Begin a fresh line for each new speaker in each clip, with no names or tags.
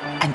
an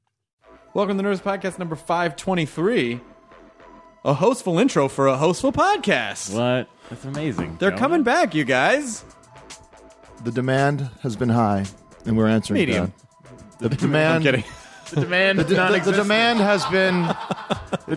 Welcome to Nerds Podcast number 523. A hostful intro for a hostful podcast.
What? That's amazing.
They're
Joe.
coming back, you guys.
The demand has been high, and we're answering
Medium.
that. The demand.
I'm kidding.
The demand
The, the- the
non-existent.
demand has been.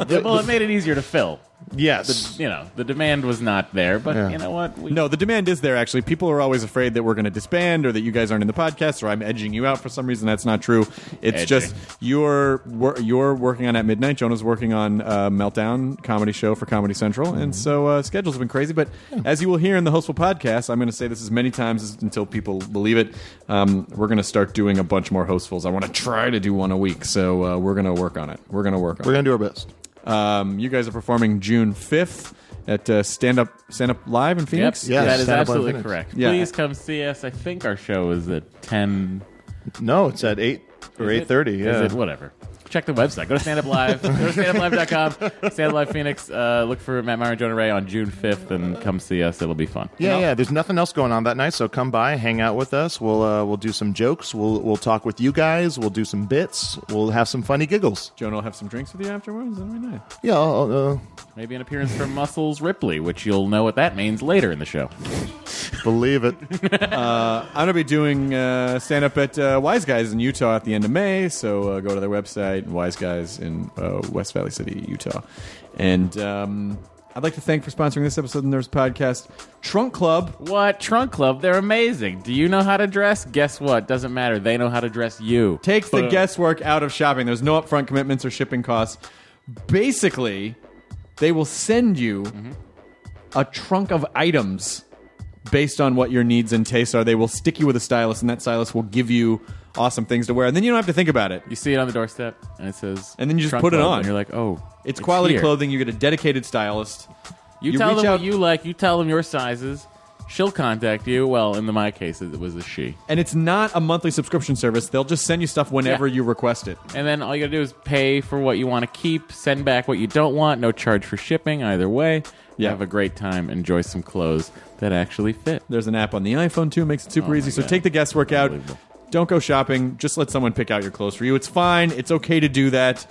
the-
Well, it made it easier to fill.
yes.
You know, the demand was not there, but
Yeah.
you know what? We,
No, the demand is there, actually. People are always afraid that we're going to disband or that you guys aren't in the podcast or I'm edging you out for some reason. That's not true. It's
Edging.
just you're, wor- you're working on At Midnight. Jonah's working on uh, Meltdown comedy show for Comedy Central.
Mm-hmm.
And so uh, schedules have been crazy. But as you will hear in the Hostful podcast, I'm going to say this as many times as- until people believe it. Um, we're going to start doing a bunch more Hostfuls. I want to try to do one a week. So uh, we're going to work on it. We're going to work on it.
we're going to do our best.
Um, you guys are performing June 5th at uh, Stand Up Stand Up Live in
Yep.
Phoenix.
Yes,
that is
Santa Barbara
absolutely
Phoenix.
correct.
Yeah.
Please come see us. I think our show is at 10
No, it's at 8 or
Is it-
8.30.
is
Yeah.
it whatever? Check the website. Go to Stand Up Live. Go to standuplive.com. Stand Up Live Phoenix. Uh, look for Matt Meyer and Jonah Ray on June 5th and come see us. It'll be fun.
Yeah, yeah. There's nothing else going on that night, so come by, hang out with us. We'll uh, we'll do some jokes. We'll we'll talk with you guys. We'll do some bits. We'll have some funny giggles.
Jonah will have some drinks with you afterwards. That'll be nice.
Yeah, I'll, uh, I'll,
Maybe an appearance from Muscles Ripley, which you'll know what that means later in the show.
uh, believe it.
I'm going to be doing uh, stand up at uh, Wise Guys in Utah at the end of May. So uh, go to their website, Wise Guys in uh, West Valley City, Utah. And um, I'd like to thank for sponsoring this episode of the Nerds Podcast, Trunk Club.
What? Trunk Club? They're amazing. Do you know how to dress? Guess what? Doesn't matter. They know how to dress you.
takes the
Boom.
guesswork out of shopping. There's no upfront commitments or shipping costs. Basically, they will send you
Mm-hmm.
a trunk of items based on what your needs and tastes are. They will stick you with a stylist, and that stylist will give you awesome things to wear. And then you don't have to think about it.
You see it on the doorstep, and it says,
And then you just
Trunk
put it
Club,
on.
and you're like, oh,
It's, quality
here.
clothing. You get a dedicated stylist.
You,
You
tell
reach
them
out-
what you like. You tell them your sizes. She'll contact you. Well, in the, my case, it was a she.
And it's not a monthly subscription service. They'll just send you stuff whenever
Yeah.
you request it.
And then all you gotta do is pay for what you want to keep, send back what you don't want, no charge for shipping either way.
Yeah.
Have a great time, enjoy some clothes that actually fit.
There's an app on the iPhone too, makes it super
Oh my
easy. So
God.
take the guesswork out.
Unbelievable.
Don't go shopping. Just let someone pick out your clothes for you. It's fine. It's okay to do that.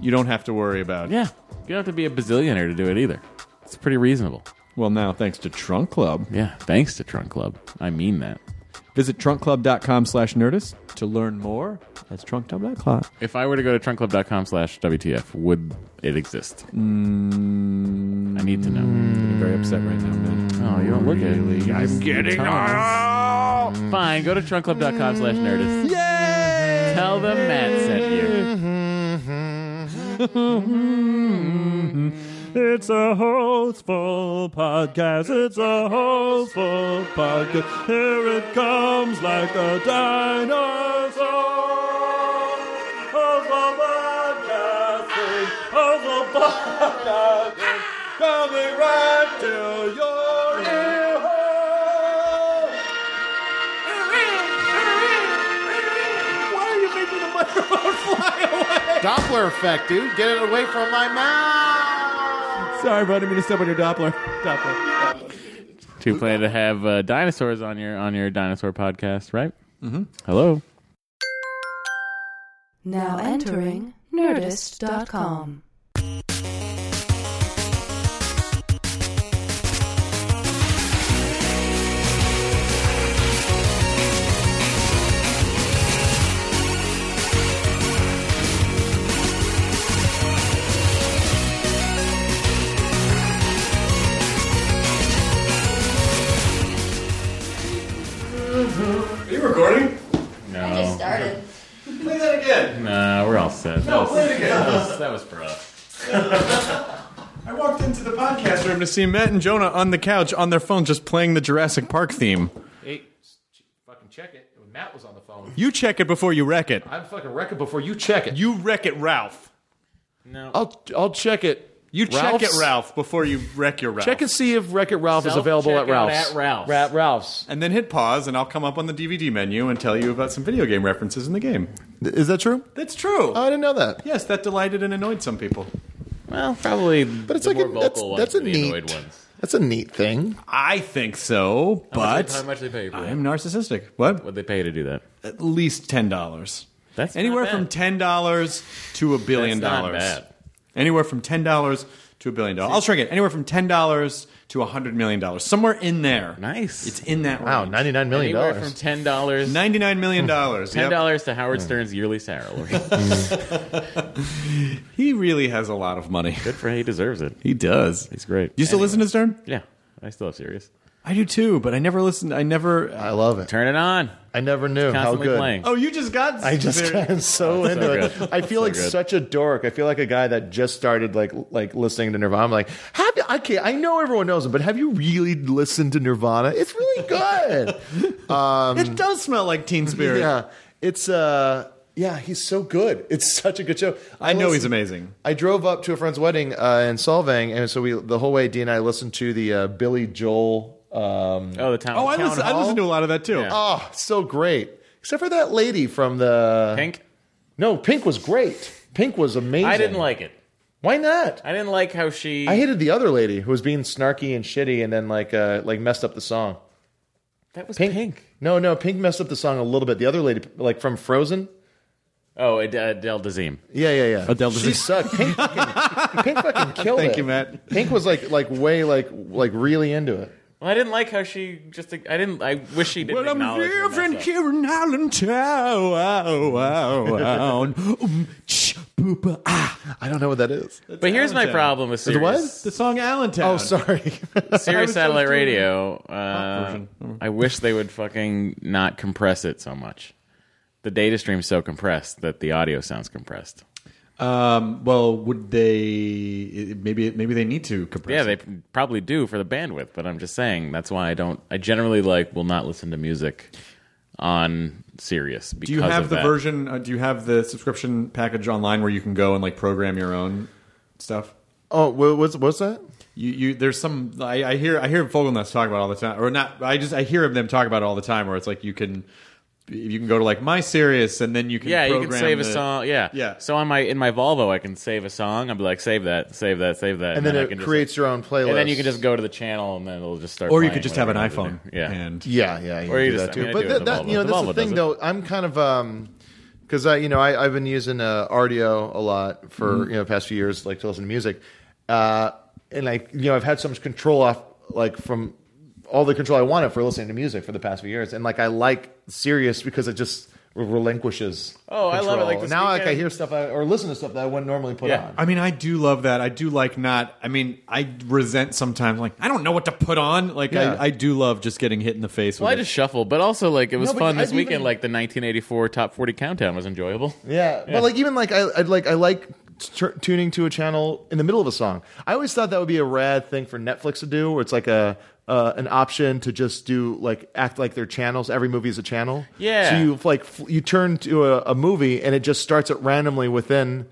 You don't have to worry about. it.
Yeah. You don't have to be a bazillionaire to do it either. It's pretty reasonable.
Well, now thanks to Trunk Club,
Yeah. Thanks to Trunk Club. I mean that.
visit trunkclub.com/nerdist to learn more. That's trunkclub.com.
If I were to go to trunkclub.com slash WTF, would it exist? I need to know.
I'm very upset right now, man.
Oh, you don't look at it. I'm getting Fine, go to trunkclub.com slash nerdist.
Yay!
Tell them Matt sent you.
It's a hostful podcast. It's a hostful podcast. Here it comes like a dinosaur. Hostful podcasting. Hostful podcasting. Coming right to your ear hole. Why are you making the microphone fly away?
Doppler effect, dude. Get it away from my mouth.
Sorry, bro. I didn't mean to step on your Doppler. Doppler.
Two plan to have uh, dinosaurs on your on your dinosaur podcast, right? Mm-hmm. Hello.
Now entering Nerdist.com.
again.
Nah, Uh, we're all set. No, that was, That was, that was for us.
I walked into the podcast room to see Matt and Jonah on the couch on their phone just playing the Jurassic Park theme.
Hey, s- ch- fucking check it. Matt was on the phone.
You check it before you wreck it.
I'm fucking wreck it before you check it.
You wreck it, Ralph.
I'll I'll check it.
You check
Ralph's?
it, Ralph, before you wreck your Ralph.
Check and see if Wreck It Ralph is available at
Self-checkout
Ralph's.
at Ralph's.
Ra- Ralph's.
And then hit pause, and I'll come up on the DVD menu and tell you about some video game references in the game.
Is that true?
That's true.
Uh,
Oh, I didn't know that.
yes, that delighted and annoyed some people.
Well, probably. But
it's like a-
more
that's-
vocal
that's a
ones, the annoyed
neat-
ones.
That's a neat thing.
I think so,
how
but
much they pay you for that?
I'm narcissistic. What?
What they pay you to do that?
At least ten dollars.
That's not
anywhere
bad.
from ten dollars to a billion
That's not
dollars.
bad.
Anywhere from ten dollars to a billion dollars. I'll shrink it. Anywhere from ten dollars to a hundred million dollars. Somewhere in there.
Nice.
It's in that
Wow,
range.
ninety nine Oh, million
Anywhere from
dollars.
ten dollars.
Ninety-nine million dollars.
Ten
Yep.
dollars to Howard Stern's yearly salary.
He really has a lot of money.
Good for he deserves it.
He does.
He's great.
You still listen to Stern?
Yeah, I still have serious.
I do too, but I never listened. I never. uh,
I love it.
Turn it on.
I never knew how
Constantly
good.
playing.
oh, you just got.
I just
very-
got so into
good.
it. I feel
So
like
good.
such a dork. I feel like a guy that just started like like listening to Nirvana. I'm like, have you, I can't, I know everyone knows him, but have you really listened to Nirvana? It's really good.
It does smell like Teen Spirit.
yeah, it's uh, yeah, he's so good. It's such a good show.
I know he's
listened-
amazing.
I drove up to a friend's wedding uh, in Solvang, and so we the whole way Dee and I listened to the uh, Billy Joel. Um,
Oh, the town.
Oh, I
town
listen. I
hall?
listen to a lot of that too.
Yeah.
oh, so great. Except for that lady from the
Pink.
No, Pink was great. Pink was amazing.
I didn't like it.
Why not?
I didn't like how she.
I hated the other lady who was being snarky and shitty, and then like uh, like messed up the song.
that was
Pink.
pink.
No, no, Pink messed up the song a little bit. The other lady, like from Frozen.
Oh, Ad- Adele Dazeem.
Yeah, yeah, yeah.
Adele
she
Dazeem.
sucked. Pink fucking, Pink fucking killed it.
Thank you, Matt.
Pink was like like way like like really into it.
Well, I didn't like how she just. I didn't. I wish she didn't.
Well, I'm
acknowledge her
different
mess up.
here in Island Town. Wow, wow, wow. Um, ch, boop, ah.
I don't know what that is.
But here's my
Allentown.
problem with
It
serious,
was.
The song Allentown.
Oh, sorry.
serious
was
satellite
just doing-
radio. Uh,
version. Mm-hmm.
I wish they would fucking not compress it so much. The data stream's so compressed that the audio sounds compressed.
Um, well, would they? Maybe, maybe they need to compress.
Yeah,
it.
they p- probably do for the bandwidth, but I'm just saying that's why I don't. I generally like will not listen to music on Sirius. Because
Do you have
of
the
that.
version? Uh, do you have the subscription package online where you can go and like program your own stuff?
oh, wha- what's what's that?
You, you, there's some. I, I hear, I hear Vogelnest talk about it all the time, or not. I just, I hear them talk about it all the time, where it's like you can, you can go to like my Sirius, and then you can.
Yeah, you can
program
save
the-
a song. Yeah,
Yeah.
So on my in my Volvo, I can save a song. I'll be like, save that, save that, save that,
And then
I
it
can just,
creates your own playlist.
like- and then you can just go to the channel, and then it'll just start.
Or you
playing
could just have an
whatever you
iPhone.
want to do. Yeah.
And
Yeah, yeah, you
Or
can
you
do
just-
that
I mean,
too.
I
but
do it
that,
with
that-
Volvo.
you know,
The
that's
Volvo
the
does
thing
it.
though. I'm kind of um, because I, you know, I, I've been using uh, RDO a lot for
Mm-hmm.
you know the past few years, like to listen to music, uh, and like you know, I've had so much control off, like from all the control I wanted for listening to music for the past few years, and like I like Sirius because it just relinquishes.
Oh, I love it. Like,
control.
this
now, like I
weekend-
hear stuff I, or listen to stuff that I wouldn't normally put
Yeah.
on.
I mean, I do love that. I do like not. I mean, I resent sometimes. Like, I don't know what to put on. Like,
Yeah.
I, I do love just getting hit in the face.
Well, I
with
just shuffle, but also like it was
No, but
fun
I've
this weekend.
even-
Like the 1984 top 40 countdown was enjoyable.
Yeah, but like even like I I'd like I like t- tuning to a channel in the middle of a song. I always thought that would be a rad thing for Netflix to do, where it's like a uh, an option to just do like act like their channels. Every movie is a channel.
Yeah.
So you like f- you turn to a, a movie and it just starts it randomly within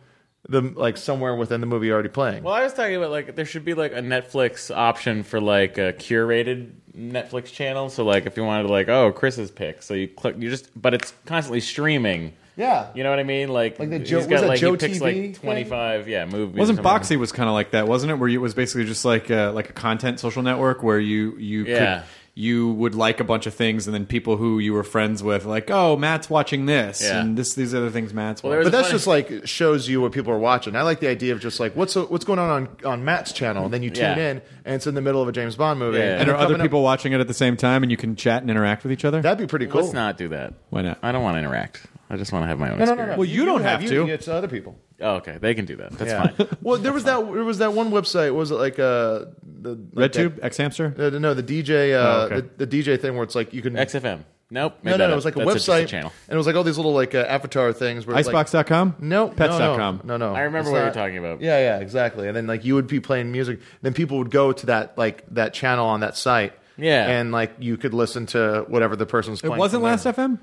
the like somewhere within the movie you're already playing.
Well, I was talking about like there should be like a Netflix option for like a curated Netflix channel. So like if you wanted to like oh Chris's pick, so you click you just but it's constantly streaming.
Yeah.
you know what I mean. Like,
Like the
he's
Joe-
got,
was that
like,
Joe
he picks
TV thing?
like twenty five. Yeah, movies.
Wasn't
or something.
Boxy was kind of like that, wasn't it? Where you, it was basically just like a, like a content social network where you you
Yeah.
could, you would like a bunch of things, and then people who you were friends with, like, oh, Matt's watching this,
Yeah.
and this these other things Matt's
Well, there
watching.
but
was a
that's
funny-
just like shows you what people are watching. I like the idea of just like what's what's going on on, on Matt's channel, and then you tune
Yeah.
in and it's in the middle of a James Bond movie.
Yeah.
And
and are
they're
other
coming up-
people watching it at the same time, and you can chat and interact with each other?
That'd be pretty cool.
Let's not do that.
Why not?
I don't want to interact. I just want to have my own.
No, no, no,
experience.
no.
Well, you don't have
you
to.
can get to other people.
Oh, okay, they can do that. That's fine.
well, there was that. There was that one website. Was it like uh the like
RedTube, X Hamster.
That, uh, no, the DJ. Uh,
Oh, okay.
the, the DJ thing where it's like you can.
XFM. Nope. made
No,
that
no, no,
up.
it was like a
That's just
website,
channel.
and it was like all these little like uh, avatar things. Where it's, Like,
Icebox.com?
no,
Pets.com.
no, no, no, no.
I remember
It's
what you were
not-
talking about.
Yeah, yeah, exactly. And then like you would be playing music, then people would go to that like that channel on that site.
Yeah.
and like you could listen to whatever the person's
It
playing.
wasn't
from there.
Last FM?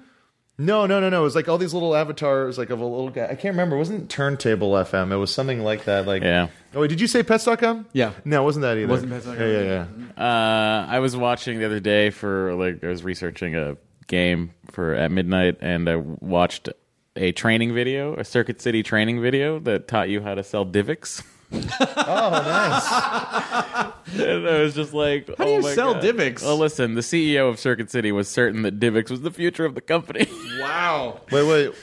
No, no, no, no. It was like all these little avatars, like of a little guy. I can't remember. It wasn't Turntable FM. It was something like that. Like,
Yeah.
Oh, wait, did you say Pets.com?
Yeah.
No, it wasn't that either.
wasn't Pets.com.
Yeah, yeah, yeah.
Uh, I was watching the other day for like I was researching a game for at midnight, and I watched a training video, a Circuit City training video that taught you how to sell Divx. oh, nice! and I was just like,
How do
oh
you
my
sell
God.
Divx?
Well, listen, the CEO of Circuit City was certain that Divx was the future of the company.
Wow.
Wait, wait.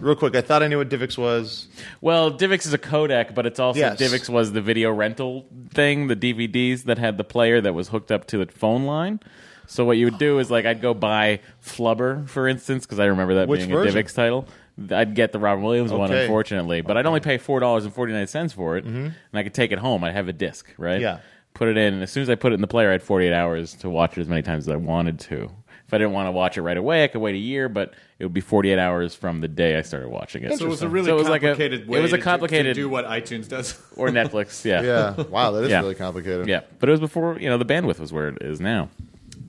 Real quick, I thought I knew what DivX was.
well, Divx is a codec, but it's also
Yes.
Divx was the video rental thing, the DVDs that had the player that was hooked up to the phone line. So what you would do is like I'd go buy Flubber, for instance, because I remember that
Which
being
version?
a Divx title. I'd get the Robin Williams one,
Okay. Mm-hmm.
unfortunately, but I'd only pay four dollars and forty nine cents for it, and I could take it home. I'd have a disc, right?
Yeah.
Put it in, and as soon as I put it in the player, I had forty eight hours to watch it as many times as I wanted to. If I didn't want to watch it right away, I could wait a year, but it would be forty eight hours from the day I started watching it.
So it was a really
So it was like a-
complicated way
it was
to
a
do-
complicated-
to do what iTunes does.
or Netflix. Yeah.
Yeah. Wow, that is
Yeah.
really complicated.
Yeah. But it was before, you know, the bandwidth was where it is now.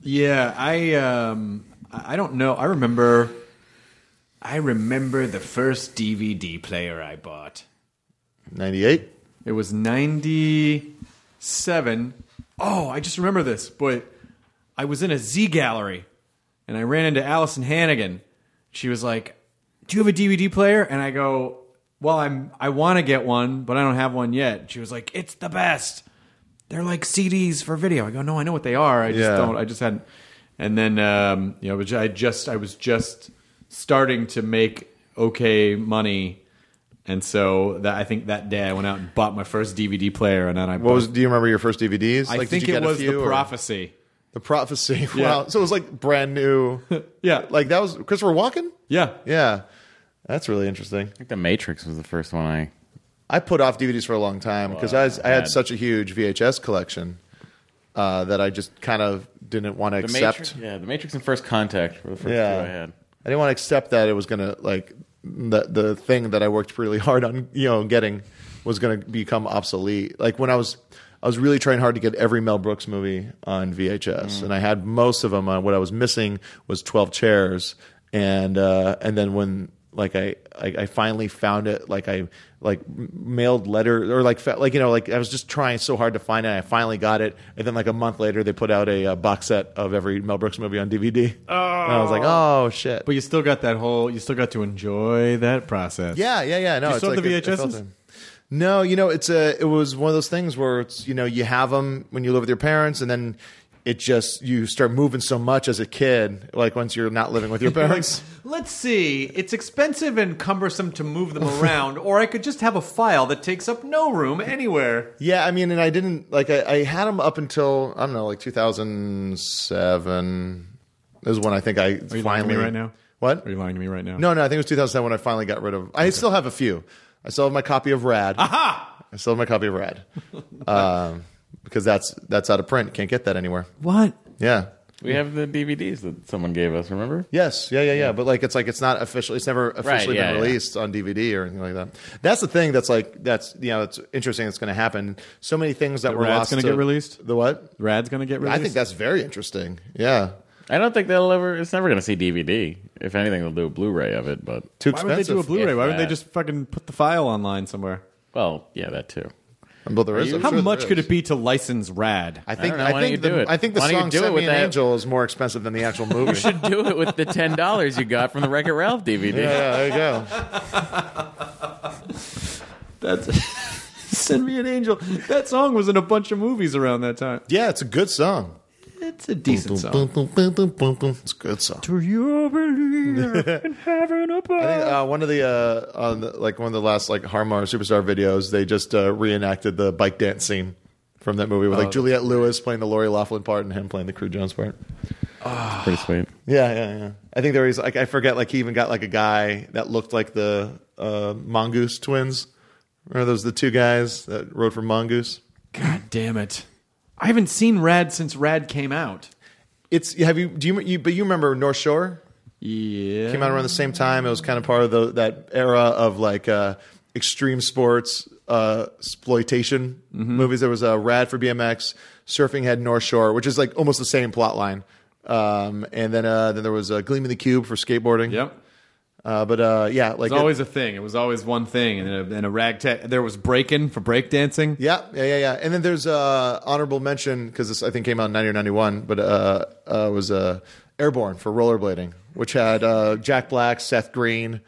Yeah, I um, I I don't know. I remember,
I remember the first DVD player I bought.
98?
it was ninety seven. Oh, I just remember this. Boy, I was in a Z gallery, and I ran into Allison Hannigan. She was like, "Do you have a DVD player?" And I go, "Well, I'm I want to get one, but I don't have one yet." She was like, "It's the best. They're like CDs for video." I go, "No, I know what they are. I just
Yeah.
don't. I just hadn't." And then um, you know, which I just I was just starting to make okay money. And so that I think that day I went out and bought my first DVD player, and then I
What was? Do you remember your first DVDs?
I
Like, did
think
you
it
get a
was
few,
the
or-
prophecy.
The prophecy.
Yeah.
Wow. So it was like brand new.
Yeah, like
like that was Christopher Walken.
yeah,
Yeah. That's really interesting.
I think The Matrix was the first one I.
I put off DVDs for a long time because I, was- I had such a huge VHS collection uh, that I just kind of didn't want to
The
accept.
Matrix. Yeah. The Matrix and First Contact were the first
Yeah.
two I had.
I didn't want to accept that it was gonna like the the thing that I worked really hard on, you know, getting was gonna become obsolete. Like when I was I was really trying hard to get every Mel Brooks movie on VHS, and I had most of them. On what I was missing was Twelve Chairs, and uh, and then when like I, I I finally found it, like I like m- mailed letter or like fa- like you know like I was just trying so hard to find it. and I finally got it, and then like a month later they put out a, uh box set of every Mel Brooks movie on DVD. Oh, and I was like, oh shit.
but you still got that whole. You still got to enjoy that process.
Yeah, yeah, yeah. No,
You
it's
still have
like
the
it- it felt
VHSs?
it. No, you know, it's a. It was one of those things where it's you know you have them when you live with your parents, and then it just you start moving so much as a kid. Like once you're not living with your parents.
Let's see. It's expensive and cumbersome to move them around, or I could just have a file that takes up no room anywhere.
yeah, I mean, and I didn't like I, I had them up until I don't know, like 2007 is when I think I
me
finally
right now?
What
Are you lying to me right now?
No, no, I think it was 2007 when I finally got rid of. I still have a few. I still have my copy of Rad. Aha! I still have my copy of Rad, um, because that's that's out of print. Can't get that anywhere.
What?
Yeah.
We have the DVDs that someone gave us, remember?
Yes. Yeah. Yeah. Yeah. But like, it's like it's not official. It's never officially
yeah,
been
yeah.
released on DVD or anything like that. That's the thing. That's like that's you know it's interesting. That's going to happen. So many things that were
Rad's
lost.
gonna
to-
get released?
The what?
Rad's gonna get released.
I think that's very interesting. Yeah.
I don't think they'll ever. It's never going to see DVD. If anything, they'll do a Blu ray of it, but.
Too
Why would they
expensive.
do a Blu-ray?
If
Why would they
that.
just fucking put the file online somewhere?
Well, yeah, that too.
Well, there is. I'm
How
sure there
much could
is.
it be to license Rad?
I think.
don't know. Why
I,
don't
think
you
the,
do it?
I think the
Why don't you
song
do it
"Send Me
with
an
that-
Angel" is more expensive than the actual movie.
do it with the $10 you got from the Wreck It Ralph DVD.
Yeah, there you go.
That's Send Me an Angel. That song was in a bunch of movies around that time.
Yeah, it's a good song.
It's a decent song.
Boom, boom, boom, boom, boom, boom. It's a good song.
Do you believe in heaven above?
I think uh, one of the, uh, on the like one of the last like Harmar Superstar videos, they just uh, reenacted the bike dance scene from that movie
Oh.
with like Juliette Lewis playing the Lori Laughlin part and him playing the Crew Jones part.
Pretty sweet.
Yeah, yeah, yeah. I think there was like I forget like he even got like a guy that looked like the uh, Mongoose twins. Remember those the two guys that rode for Mongoose?
God damn it. I haven't seen Rad since Rad came out.
it's have you do you, you but you remember North Shore?
Yeah.
came out around the same time. It was kind of part of the, that era of like uh, extreme sports uh, exploitation movies. There was a uh, Rad for BMX, Surfing Head North Shore, which is like almost the same plot line. Um, and then uh, then there was uh, Gleam in the Cube for skateboarding.
Yep.
Uh, but uh, yeah, like
It was always a thing. It was always one thing, and a, and a ragtag. There was breaking for breakdancing.
Yeah, yeah, yeah, yeah. And then there's uh, honorable mention because this I think came out in ninety or ninety one, but uh, uh, was uh, Airborne for rollerblading, which had uh, Jack Black, Seth Green.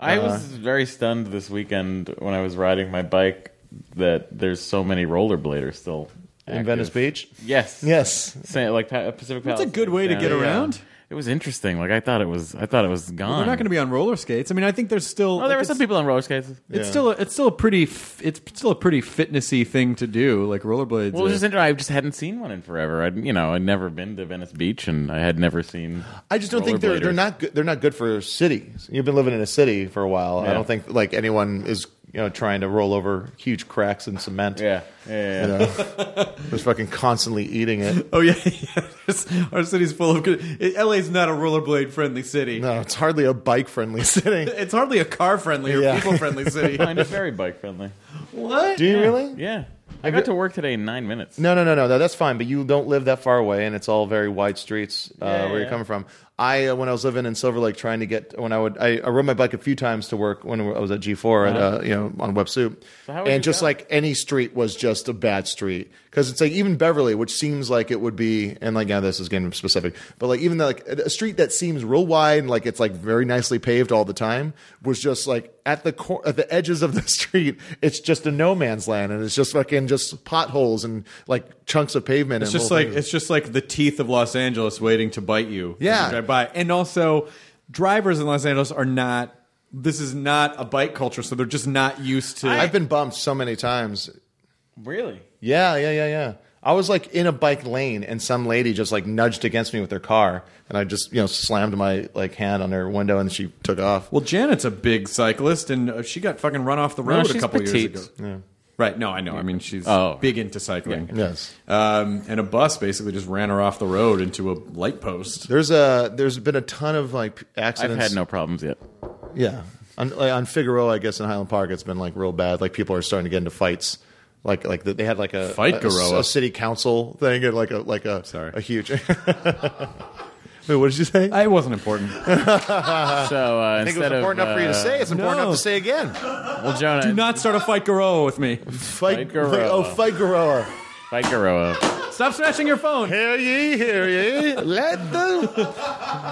I
Uh-huh.
was very stunned this weekend when I was riding my bike that there's so many rollerbladers still
In Venice
active.
Beach?
Yes.
Yes.
Sa- like Pa- Pacific Palace.
That's a good way to
Yeah.
get around.
It was interesting. Like I thought it was. I thought it was gone.
They're not going to be on roller skates. I mean, I think there's still.
Oh, there
like,
were some
it's-
people on roller skates.
It's
Yeah.
still a, it's still a pretty f- it's still a pretty fitnessy thing to do, like rollerblades.
Well, it
are-
was just interesting. I just hadn't seen one in forever. I'd you know I'd never been to Venice Beach and I had never seen.
I just don't think they're they're
rollerbladers.
not good, they're not good for cities. You've been living in a city for a while. I
Yeah.
don't think like anyone is you know trying to roll over huge cracks in cement.
Yeah. Yeah. yeah, yeah.
you know, just fucking constantly eating it.
oh yeah, yeah. This- our city's full of good. it- LA's not a rollerblade friendly city.
No, it's hardly a bike friendly city.
It's hardly a car friendly or
Yeah.
people friendly city.
Kind of very bike friendly.
what?
Do you really?
Yeah. I got to work today in nine minutes.
No, no, no, no, no. That's fine. But you don't live that far away, and it's all very wide streets uh,
Yeah,
where you're
yeah.
coming from. I, uh, when I was living in Silver Lake, trying to get when I would, I, I rode my bike a few times to work when I was at G4 at, uh, you know, on Web Soup,
Uh-huh. how would
and
you
just
go?
like any street was just a bad street because it's like even Beverly, which seems like it would be, and like now this is getting specific, but like even though, like a a street that seems real wide, and like it's like very nicely paved all the time, was just like at the cor- at the edges of the street, it's just a no man's land, and it's just fucking just potholes and like chunks of pavement.
It's
and
just
little
like
things.
it's just like the teeth of Los Angeles waiting to bite you.
Yeah.
as you drive by. and also drivers in Los Angeles are not. This is not a bike culture, so they're just not used to.
I've been bumped so many times.
Really?
Yeah, yeah, yeah, yeah. I was like in a bike lane, and some lady just like nudged against me with her car, and I just you know slammed my like hand on her window, and she took off.
well, Janet's a big cyclist, and uh, she got fucking run off the road a
she's
couple
petite.
years ago. Right? No, I know. I mean, she's
Oh.
big into cycling.
Yes.
Um, and a bus basically just ran her off the road into a light post.
There's a there's been a ton of like
I've
accidents.
had no problems yet.
yeah on, like, on Figueroa, I guess in Highland Park, it's been like real bad. Like people are starting to get into fights. Like like they had like a
Fight
a-
Garoa.
a, city council thing and like a like a
Sorry.
a huge. Wait, what did you say?
I wasn't important.
So uh,
I think it was
instead
important
of,
enough for you to
uh,
say. It's important
no.
enough to say again.
Well, Jonah,
Do not start a fight Garoa with me.
Fight,
Fight Garoa.
Oh, fight Garoa.
Fight Garoa.
Stop smashing your phone.
Hear ye, hear ye. Let the.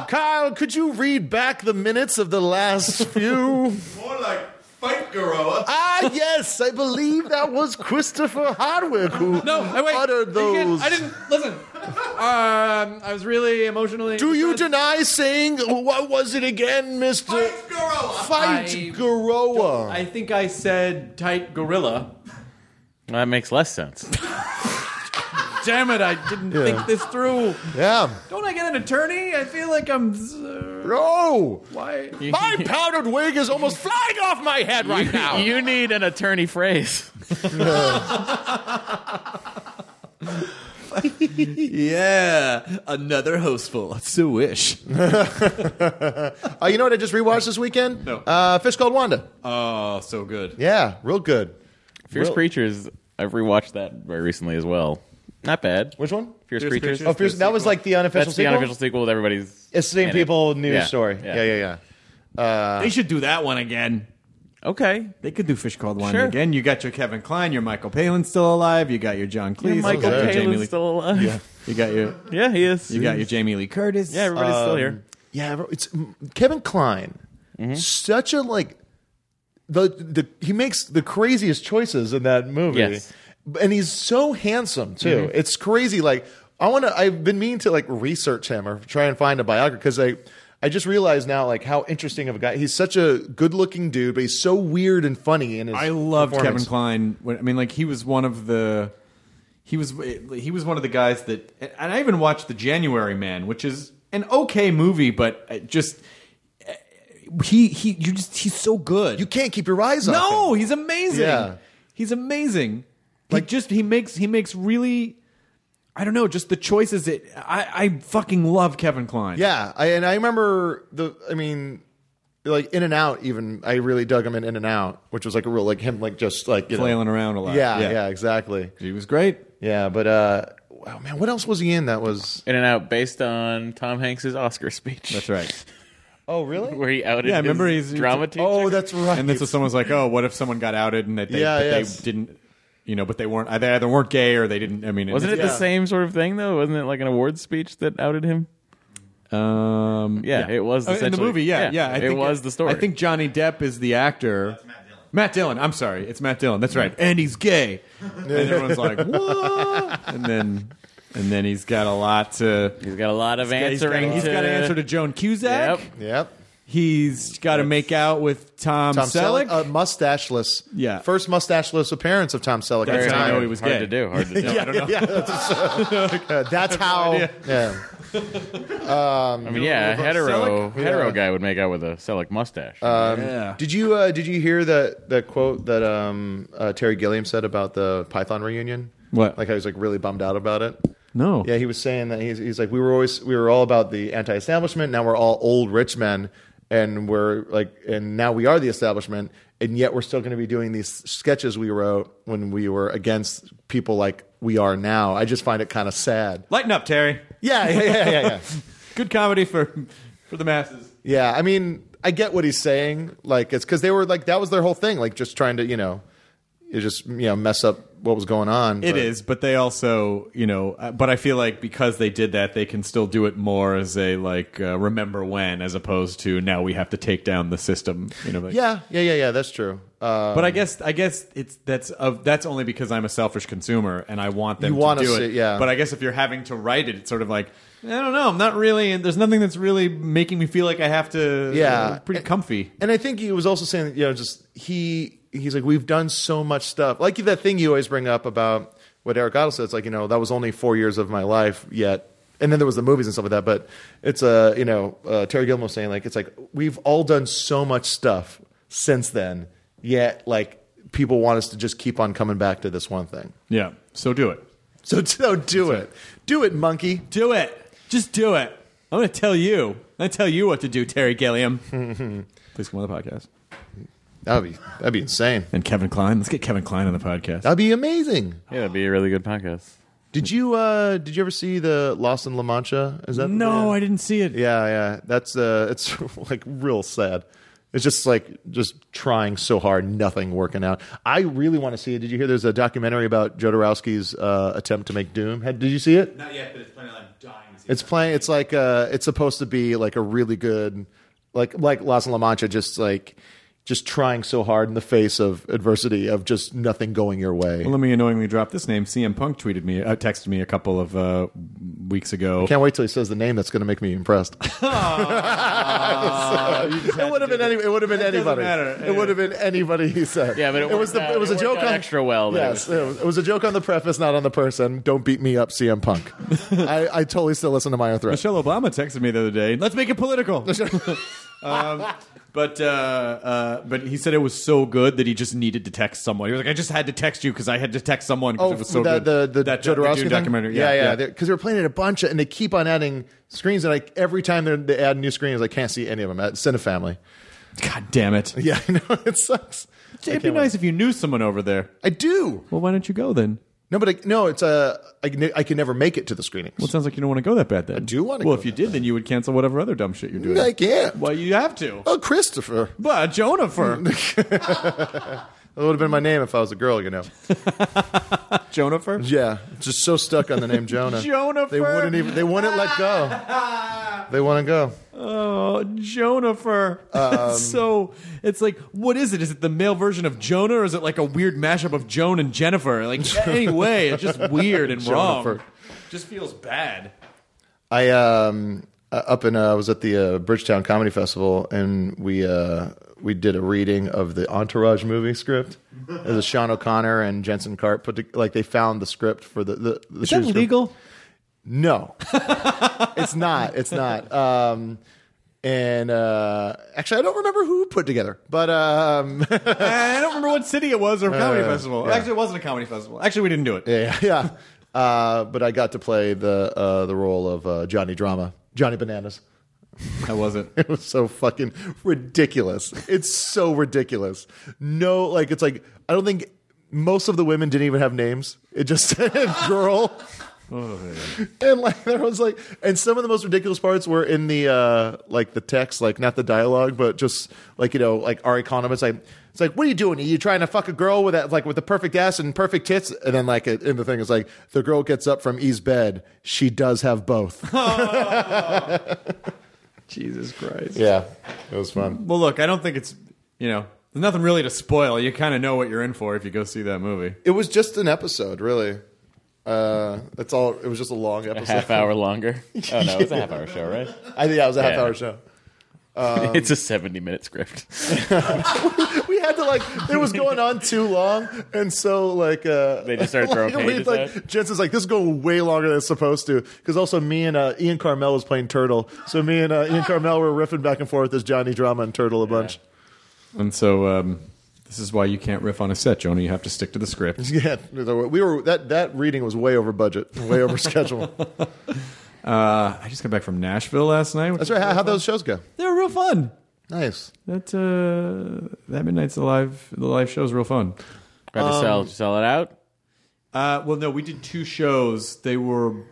Kyle, could you read back the minutes of the last few?
More like fight Garoa.
ah, yes, I believe that was Christopher Hardwick who
No, I wait.
uttered
You can't-
those.
I didn't listen. Um, I was really emotionally.
Do you deny saying what was it again, Mister?
Fight Garoa.
Fight
I-
Garoa.
I think I said tight gorilla.
That makes less sense.
Damn it! I didn't
Yeah.
think this through.
yeah.
Don't I get an attorney? I feel like I'm. Uh,
No,
why?
my powdered wig is almost flying off my head right now.
you need an attorney phrase.
Yeah, another hostful. So wish.
Uh, you know what I just rewatched this weekend?
No.
Uh, Fish called Wanda.
Oh, so good.
Yeah, real good.
Fierce
Real-
Creatures. I've rewatched that very recently as well. Not bad.
Which one?
Fierce,
Fierce
Creatures.
Creatures?
Oh, Fierce, that was like the unofficial
That's the
sequel.
unofficial sequel with everybody's.
It's the same
in it.
people, news
Yeah,
story.
yeah.
Yeah, yeah, yeah.
They should do that one again.
Okay.
They could do Fish Called Wine
Sure.
again. You got your Kevin Klein, your Michael Palin still alive. You got your John Cleese, you
Michael
got your Jamie
Palin's
Lee.
still alive. Yeah.
You got your
he is.
you got your Um, Jamie Lee Curtis.
yeah, everybody's still here.
Yeah, bro, it's mm, Kevin Klein. Such a like the the he makes the craziest choices in that movie.
Yes.
And he's so handsome too. It's crazy like I want to I've been meaning to like research him or try and find a biography cuz I I just realized now like how interesting of a guy. He's such a good-looking dude, but he's so weird and funny in his
Uh, I loved Kevin
performance.
Klein. When- I mean, like he was one of the he was he was one of the guys that, and I even watched the January Man, which is an okay movie, but it just eh, he he you just he's so good.
You can't keep your eyes on
no,
him.
he's amazing.
Yeah.
He's amazing. Like just he makes he makes really I don't know, just the choices. It I, I fucking love Kevin Klein.
Yeah, I, and I remember the. I mean, like In and Out. Even I really dug him in In and Out, which was like a real like him like just like you know-
Flailing around a lot.
Yeah,
Yeah.
yeah, exactly.
he was great.
Yeah, but uh, wow, man, what else was he in? That was
In and Out, based on Tom Hanks's Oscar speech.
That's right.
oh really?
Where he outed
Yeah, I
his
remember he's-
drama teacher.
Oh, that's right.
And this is someone's like, oh, what if someone got outed and that they,
Yeah,
but
yes.
they didn't, you know, but they weren't, they either weren't gay or they didn't. I mean,
Wasn't it
Yeah.
the same sort of thing though? Wasn't it like an awards speech that outed him?
Um,
Yeah, it was
Oh, in the
essentially-
movie. Yeah,
yeah,
yeah. I
it
think,
was the story.
I think Johnny Depp is the actor. Matt Dillon. I'm sorry, it's Matt Dillon. That's right, and he's gay. and everyone's like, what? And then, and then he's got a lot to.
He's got a lot of
He's got,
answering.
he's got to answer to Joan Cusack.
Yep.
Yep.
He's got to make out with Tom,
Tom
Selleck. Uh,
Selleck, a mustacheless,
Yeah.
first mustacheless appearance of Tom Selleck.
That's
at the
how I
time.
know he was
hard
gay.
to do. Hard to do.
I don't know.
Yeah, that's, uh, that's how.
idea.
yeah,
I mean, yeah, a hetero hetero guy would make out with a Selleck mustache.
Yeah.
Did you uh, did you hear that that quote that um, uh, Terry Gilliam said about the Python reunion?
What?
Like I was like really bummed out about it.
No.
Yeah, he was saying that he's, he's like we were always we were all about the anti-establishment. Now we're all old rich men, and we're like and now we are the establishment, and yet we're still going to be doing these sketches we wrote when we were against people like we are now. I just find it kind of sad.
Lighten up, Terry.
Yeah, yeah, yeah, yeah, yeah.
Good comedy for for the masses.
Yeah, I mean, I get what he's saying. Like, it's because they were like that was their whole thing, like just trying to, you know, you just you know mess up what was going on.
It is, but they also, you know, uh, but I feel like because they did that, they can still do it more as a like uh, remember when, as opposed to now we have to take down the system. You know, like-
Yeah, yeah, yeah, yeah. That's true. Uh,
But I guess I guess it's that's of that's only because I'm a selfish consumer and I want them
You
to
wanna
do
see-
it.
yeah.
But I guess if you're having to write it, it's sort of like I don't know. I'm not really. There's nothing that's really making me feel like I have to.
Yeah.
uh, pretty comfy.
and I think he was also saying, you know, just he he's like we've done so much stuff, like that thing you always bring up about what Eric Idle said. It's like you know that was only four years of my life yet. And then there was the movies and stuff like that, but it's uh, you know uh, Terry Gilliam was saying like it's like we've all done so much stuff since then, yet like people want us to just keep on coming back to this one thing.
Yeah. So do it.
So, so do it. Do it, monkey.
Do it. Just do it. I'm going to tell you. I tell you what to do, Terry Gilliam. Please come on the podcast.
That'd be that'd be insane.
And Kevin Klein. Let's get Kevin Klein on the podcast.
That'd be amazing.
yeah, that'd be a really good podcast.
Did you uh did you ever see the Lost in La Mancha? Is that
no,
yeah.
I didn't see it.
Yeah, yeah. That's uh it's like real sad. It's just like just trying so hard, nothing working out. I really want to see it. Did you hear there's a documentary about Jodorowsky's uh, attempt to make Doom? Had, did you see it?
Not yet, but it's planning on dying to see
It's playing. It's like uh, it's supposed to be like a really good, like like Las La Mancha, just like just trying so hard in the face of adversity of just nothing going your way.
Well, let me annoyingly drop this name. CM Punk tweeted me, uh, texted me a couple of uh, weeks ago.
Can't wait till he says the name. That's going to make me impressed. it would have been any, it would have been anybody.
matter.
It would have been anybody he said.
Yeah, but it worked
was the
out-
it was
it
a
worked
joke
out
on
extra well that it
Yes, it was, it was a joke on the preface, not on the person. Don't beat me up, CM Punk. I, I totally still listen to my own threat.
Michelle Obama texted me the other day. Let's make it political. um, but uh, uh, but he said it was so good that he just needed to text someone. He was like, I just had to text you because I had to text someone because it was so
the,
good.
Oh, The, the
Oh, that
Jodorowsky
Dune
thing?
documentary.
Yeah, yeah. Because they were playing it a bunch, and they keep on adding screens. And like every time they're, they add new screens, I can't see any of them. At Cinefamily.
God damn it.
Yeah, I know it sucks. I
It'd
can't
be
wait.
nice if you knew someone over there.
I do.
Well, why don't you go then?
No, but I, no, it's uh, I, can- I can never make it to the screenings.
Well, it sounds like you don't want to go that bad then. I
do wanna
Well,
go
if you
that
did, then you would cancel whatever other dumb shit you're doing.
I can't.
well, you have to.
Oh, Christopher.
But uh, Jonah for
That would have been my name if I was a girl, you know.
Jonah for.
Yeah, just so stuck on the name Jonah.
Jonah
They
Fern.
wouldn't even. They wouldn't let go. They want to go.
Oh, Jonah for.
Um,
so it's like, what is it? Is it the male version of Jonah, or is it like a weird mashup of Joan and Jennifer? Like, anyway, it's just weird and wrong.
Jonah-fer.
Just feels bad.
I um uh, up in uh, I was at the uh, Bridgetown Comedy Festival and we uh we did a reading of the Entourage movie script. It was Sean O'Connor and Jensen Cart put to, like they found the script for the the,
Is
the
that
shooting script.
legal?
No, it's not. It's not. Um, and uh, actually, I don't remember who put together, but um,
I don't remember what city it was or comedy festival. Actually, it wasn't a comedy festival. Actually, we didn't do it.
Uh, yeah, yeah. Uh, but I got to play the uh, the role of uh, Johnny Drama, Johnny Bananas.
How was it?
It was so fucking ridiculous. It's so ridiculous. No, like it's like I don't think most of the women didn't even have names. It just said girl. and like there was like and some of the most ridiculous parts were in the uh like the text, like not the dialogue, but just like you know, like our economist like it's like, what are you doing? Are you trying to fuck a girl with that like with the perfect ass and perfect tits? And then like in the thing is like the girl gets up from E's bed. She does have both.
Jesus Christ.
yeah. It was fun.
Well, look, I don't think it's you know there's nothing really to spoil. You kind of know what you're in for if you go see that movie.
It was just an episode, really. Uh, that's all. It was just a long
A
episode.
half hour longer. Oh no, it's a half hour show, right?
I think that was a half
Yeah.
hour show.
it's a seventy minute script.
We had to like it was going on too long, and so like uh,
They just started throwing
like, we-
pages
like
out.
Jensen's like this is going way longer than it's supposed to because also me and uh, Ian Carmel was playing Turtle, so me and uh, Ian Carmel were riffing back and forth as Johnny Drama and Turtle a bunch.
And so um, this is why you can't riff on a set, Jonah. You have to stick to the script.
Yeah, we were that that reading was way over budget, way over schedule.
Uh, I just got back from Nashville last night.
That's right. How, how those shows go?
They were real fun.
Nice.
That uh, that midnight's the live the live show is real fun.
Tried to sell sell it out.
Uh, well, no, we did two shows. They were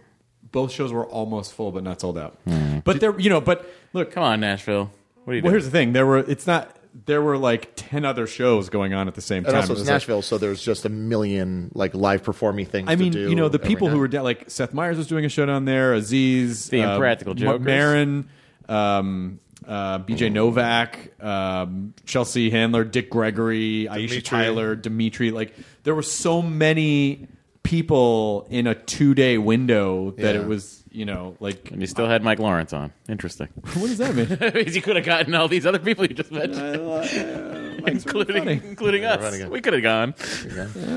both shows were almost full, but not sold out. But there, you know, but look,
Come on, Nashville. What are you
Hmm. well,
doing?
here's the thing: there were it's not there were like ten other shows going on at the same
And
time.
also it's
It was like-
Nashville, so there's just a million like live performing things.
I
to
mean,
do
you know, the
every
people who
night.
were down, like Seth Meyers was doing a show down there, Aziz,
The Impractical
Ma-
Jokers.
Marin, um, uh, BJ Novak, um, Chelsea Handler, Dick Gregory, Aisha
Dimitri.
Tyler, Dimitri. Like, there were so many people in a two day window that
Yeah.
it was, you know, like,
And you still had Mike Lawrence on. Interesting.
what does that mean?
Because you could have gotten all these other people you just mentioned, including
funny.
including us.
again.
We could have gone.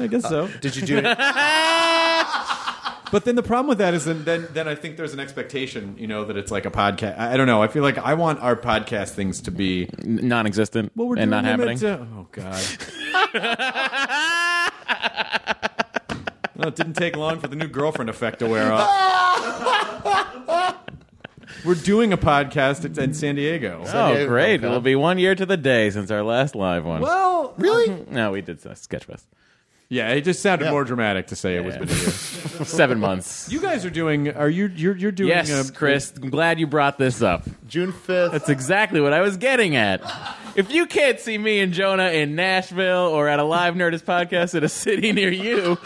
I guess so.
Uh, Did you do?
But then the problem with that is then, then then I think there's an expectation, you know, that it's like a podcast. I, I don't know. I feel like I want our podcast things to be
Non-existent
Well, we're
and
doing
not
them
happening.
at, uh, oh god. well, it didn't take long for the new girlfriend effect to wear off. we're doing a podcast at, in San Diego.
oh,
Diego
great!
Comic-Con.
It'll be one year to the day since our last live one.
Well,
really?
no, we did Sketchfest.
yeah, it just sounded
Yeah.
more dramatic to say it was. been a year.
Seven months.
You guys are doing. Are you? You're, you're doing. um,
yes,
a,
Chris. I'm glad you brought this up.
June fifth.
That's exactly what I was getting at. If you can't see me and Jonah in Nashville or at a live Nerdist podcast at a city near you,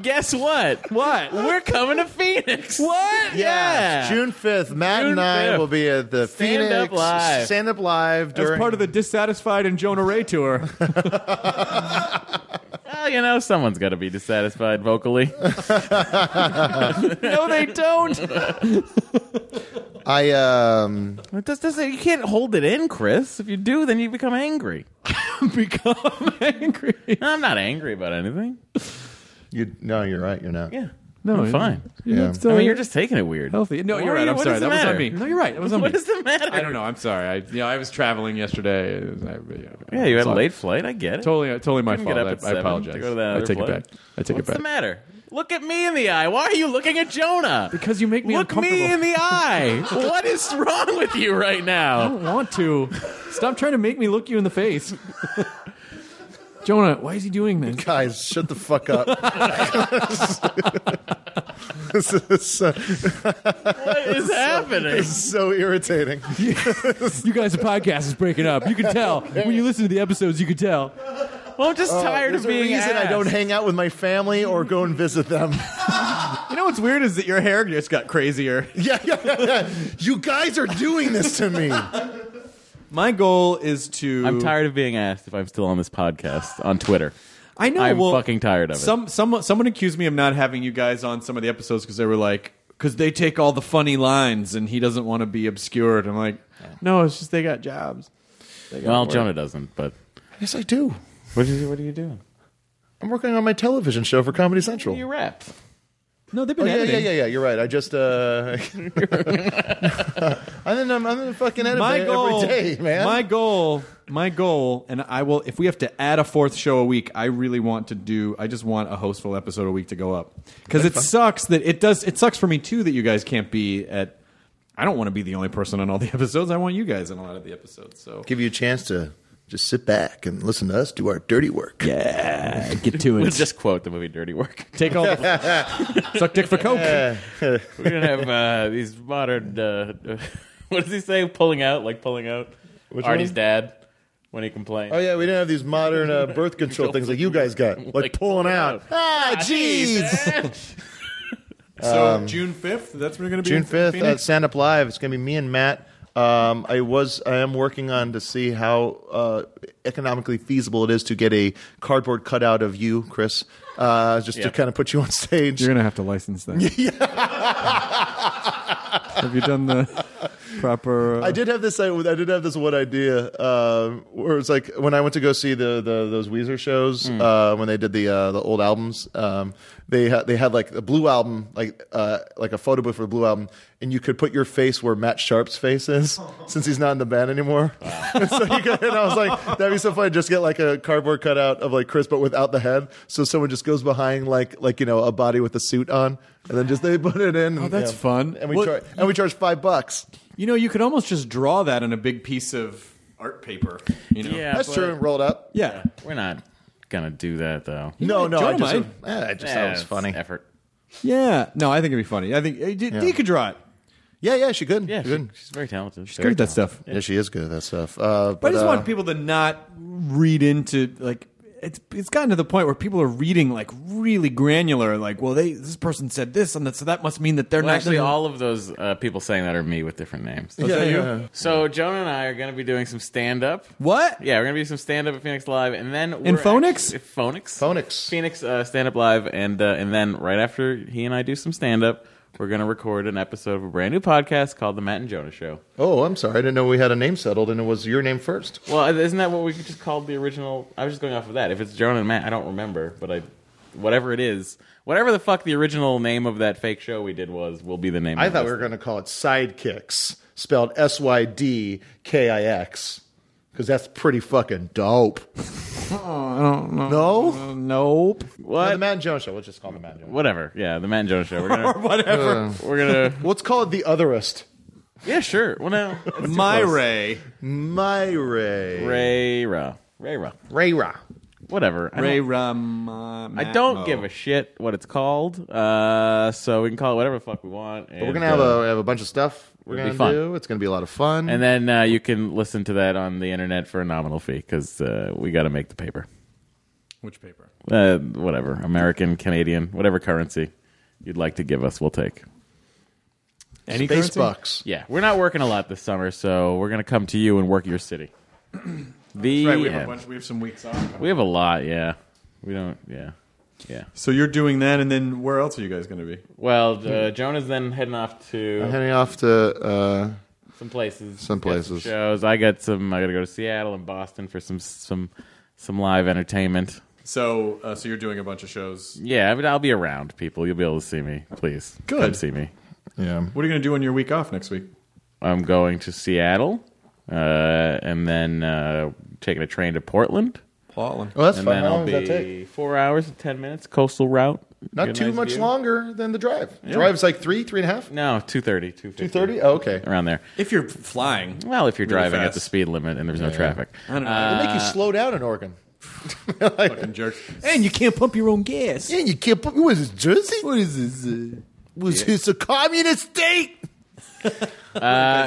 guess what?
What?
We're coming to Phoenix. What? Yeah.
Yes, June fifth. Matt
June
and I
5th.
will be at the
Stand
Phoenix
Up Live.
Stand Up Live
As
during
part of the dissatisfied and Jonah Ray tour.
Well, you know, someone's got to be dissatisfied vocally. no, they don't.
I um
It just doesn't. You can't hold it in, Chris. If you do, then you become angry.
Become angry.
I'm not angry about anything.
you no, you're right, you're not.
Yeah.
No,
I'm fine.
Yeah.
still-
I mean, you're just taking it weird.
healthy. No,
Why
you're
are
right.
you-
I'm
what
sorry.
does
That
it
was on
matter?
me. No, you're right. That was on
What
me.
does it matter?
I don't know. I'm sorry. I, you know, I was traveling yesterday. I,
Yeah, you had a
sorry.
late flight. I get it.
Totally, uh, totally my
Couldn't get
fault.
up at
I, I
seven
apologize.
to go to that
I
other
take it
flight.
back. I take
What's
it
the
back.
matter? Look at me in the eye. Why are you looking at Jonah?
Because you make me
Look
uncomfortable.
me in the eye. what is wrong with you right now?
I don't want to. Stop trying to make me look you in the face. Jonah, why is he doing this?
Guys, shut the fuck up. this is so,
What is happening?
so irritating.
You guys, the podcast is breaking up. You can tell when you listen to the episodes. You can tell.
Well, I'm just
Uh,
tired
Oh, There's
of
a
being
reason I
asked.
don't hang out with my family or go and visit them.
You know what's weird is that your hair just got crazier.
yeah, yeah, yeah, yeah. You guys are doing this to me.
My goal is to.
I'm tired of being asked if I'm still on this podcast on Twitter.
I know.
I'm
well,
fucking tired of it.
Some someone someone accused me of not having you guys on some of the episodes because they were like because they take all the funny lines and he doesn't want to be obscured. I'm like, no, it's just they got jobs. They got
Well,
work."
Jonah doesn't, but
Yes, I do.
what are you, what are you doing?
I'm working on my television show for Comedy Central.
You rap.
No, they've
Oh,
been
yeah,
editing.
yeah, yeah, yeah. You're right. I just uh, I'm in, I'm in the fucking edit
My
bay
goal,
every day, man.
my goal my goal, and I will, if we have to add a fourth show a week, I really want to do. I just want a hostful episode a week to go up because it sucks that it does. It sucks for me too that you guys can't be at. I don't want to be the only person on all the episodes. I want you guys in a lot of the episodes. So
Give you a chance to just sit back and listen to us do our dirty work.
Yeah, get to
We'll
it.
just quote the movie Dirty Work.
take all the, suck dick for coke.
We're gonna have uh, these modern. Uh, what does he say? Pulling out, like pulling out. Artie's
one?
dad when he complained.
Oh yeah, we didn't have these modern uh, birth control things like you guys got,
Oh
like,
Like
pulling out. Ah, jeez.
So June fifth. That's when we're going to be
June
in
fifth at
Phoenix?
Stand Up Live. It's gonna be me and Matt. Um, I was I am working on to see how uh, economically feasible it is to get a cardboard cutout of you, Chris, uh, just to
Yeah.
kind of put you on stage.
You're going to have to license that. have you done the proper? uh,
I did have this. I, I did have this one idea uh, where it's like when I went to go see the, the those Weezer shows
Hmm.
uh, when they did the uh, the old albums. Um, they had they had like a blue album, like uh, like a photo booth for the blue album, and you could put your face where Matt Sharp's face is since he's not in the band anymore. and so you could, and I was like, that'd be so funny. Just get like a cardboard cutout of like Chris, but without the head. So someone just goes behind like like you know a body with a suit on, and then just they put it in. Oh,
that's fun.
And we
What-
char- and we charge five bucks.
You know, you could almost just draw that on a big piece of art paper. You know?
yeah,
That's
but
true. Roll it up.
Yeah.
We're not gonna do that though.
No,
might-
no,
Joe
I just,
might.
eh, I just
Eh,
thought it was
it's
funny.
Effort.
Yeah. No, I think it'd be funny. I think uh, D- D could draw it.
Yeah, yeah, she good.
Yeah,
she
she-
good.
she's very talented.
She's good at that stuff.
Yeah, she is good at that stuff. Uh, but,
But I just
uh,
want people to not read into like it's it's gotten to the point where people are reading like really granular. Like, well, they this person said this, and that, so that must mean that they're
Well,
not
actually,
gonna-
all of those uh, people saying that are me with different names.
Is that you?
So Jonah and I are going to be doing some stand up.
What?
Yeah, we're going to be some stand up at Phoenix Live, and then we're
In Phoenix?
actu- Phoenix,
Phoenix.
Phoenix uh, stand up live, and uh, and then right after he and I do some stand up, we're going to record an episode of a brand new podcast called The Matt and Jonah Show.
Oh, I'm sorry. I didn't know we had a name settled, and it was your name first.
Well, uh, isn't that what we just called the original? I was just going off of that. If it's Jonah and Matt, I don't remember, but I, whatever it is, whatever the fuck the original name of that fake show we did was, will be the name.
I
of
thought
this.
we were going to call it Sidekicks, spelled S Y D K I X, because that's pretty fucking dope. Oh, I don't know. No,
Nope.
what? the Matt and Jones show. Let's just call it the Matt and Jones.
whatever. Yeah, the Matt and Jonah Show. We're gonna
Whatever.
we're gonna
Let's call it the Otherist.
yeah, sure. Well, no, it's
My Ray.
Myra.
Ray Ra Ray Ra
Rayra.
whatever. I
Ray uh,
don't,
Rum.
I don't give a shit what it's called. Uh, so we can call it whatever the fuck we want.
But we're gonna have a have a bunch of stuff we're
it'll be
gonna
fun.
do. It's gonna be a lot of fun.
and then uh, you can listen to that on the internet for a nominal fee because uh, we got to make the paper.
Which paper?
uh, whatever, American, Canadian, whatever currency you'd like to give us, we'll take.
Any
Space
currency?
Bucks.
Yeah, we're not working a lot this summer, so we're gonna come to you and work your city. The
Right. We have
end.
a bunch. We have some weeks off.
We have a lot. Yeah, we don't. Yeah, yeah.
So you're doing that, and then where else are you guys going to be?
Well, uh,
Hmm.
Jonah's then heading off
I'm
to
heading off to. Uh,
some places.
Some
Got
places.
shows. I got some. I gotta go to Seattle and Boston for some some some live entertainment.
So, uh, so you're doing a bunch of shows.
Yeah, I mean, I'll be around, people. You'll be able to see me. Please,
Good.
come see me.
yeah.
What are you going to do on your week off next week?
I'm going to Seattle, uh, and then uh, taking a train to Portland,
Portland.
Oh, that's
and
fun.
then
How
I'll
long does that take?
be four hours and ten minutes coastal route.
Not
Get a
too
nice
much
view.
longer than the drive. Drive's like three, three and a half,
No, two thirty, two
two thirty. Oh, okay.
around there.
If you're flying,
Well, if you're
Really
driving at
fast.
the speed limit and there's no traffic,
I don't know.
They make you slow down in Oregon.
fucking jerks. And you can't pump your own gas.
Yeah, you can't. Put, what is this, Jersey? What is this? Uh, was this a communist state?
uh,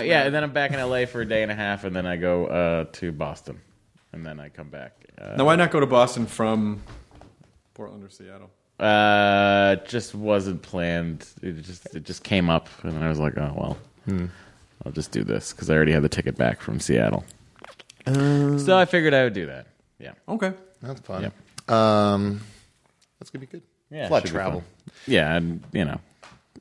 yeah, and then I'm back in LA for a day and a half, and then I go uh, to Boston, and then I come back. Uh,
Now, why not go to Boston from Portland or Seattle?
uh, just wasn't planned. It just it just came up, and then I was like, oh well,
Hmm.
I'll just do this because I already had the ticket back from Seattle.
Um.
so I figured I would do that. Yeah,
Okay.
That's fun. Um, that's gonna be good.
yeah,
a lot
should
of
be
travel.
fun. Yeah, and you know.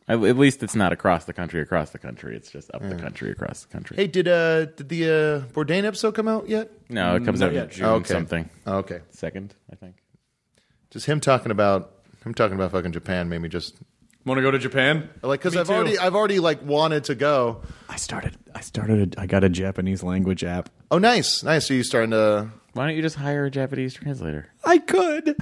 At at least it's not across the country, across the country. It's just up the country, across the country.
Hmm. Hey, did uh did the uh, Bourdain episode come out yet?
no, it comes out in June
Okay.
something.
Oh, okay,
Second, I think.
just him talking about him talking about fucking Japan made me just
Want to go to Japan?
Like, because
Me
I've
too.
already, I've already like wanted to go.
I started. I started. A, I got a Japanese language app.
Oh, nice, nice. So you starting to?
Why don't you just hire a Japanese translator?
I could.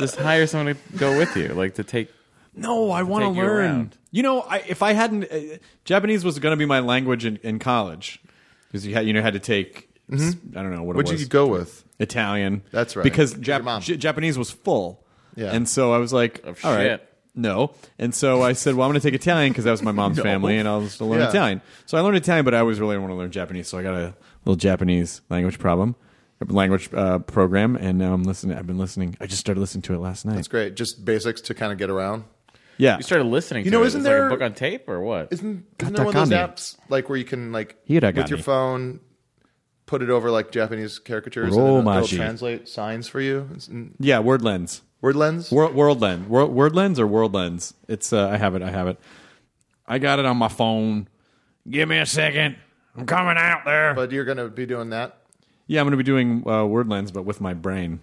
Just hire someone to go with you, like to take.
No, I want to
take you
learn.
around.
You, know, I, if I hadn't, uh, Japanese was going to be my language in, in college because you had you know had to take. s- I don't know what it
What
was.
did Mm-hmm. you go with?
Italian.
That's right.
Because
Your
Jap-
mom.
J- Japanese was full.
Yeah.
And so I was like,
Of
all right,
Oh, shit.
no. And so I said, well, I'm going to take Italian because that was my mom's family, and I'll just learn
Yeah.
Italian. So I learned Italian, but I always really want to learn Japanese. So I got a little Japanese language problem, language uh, program, and now I'm listening. I've been listening. I just started listening to it last night.
It's great, just basics to kind of get around.
Yeah.
You started listening.
You
to
know,
it.
isn't
It's
there-
like a book on tape or what?
Isn't, isn't there one of those
Katakane.
apps like where you can like
Hiragane.
with your phone put it over like Japanese caricatures and it'll- it'll
Romaji.
translate signs for you? It's in
yeah, word lens.
word lens.
World, world lens, world, word lens, or world lens. It's uh, I have it. I have it. I got it on my phone. Give me a second. I'm coming out there.
But you're gonna be doing that.
yeah, I'm going to be doing uh, word lens, but with my brain.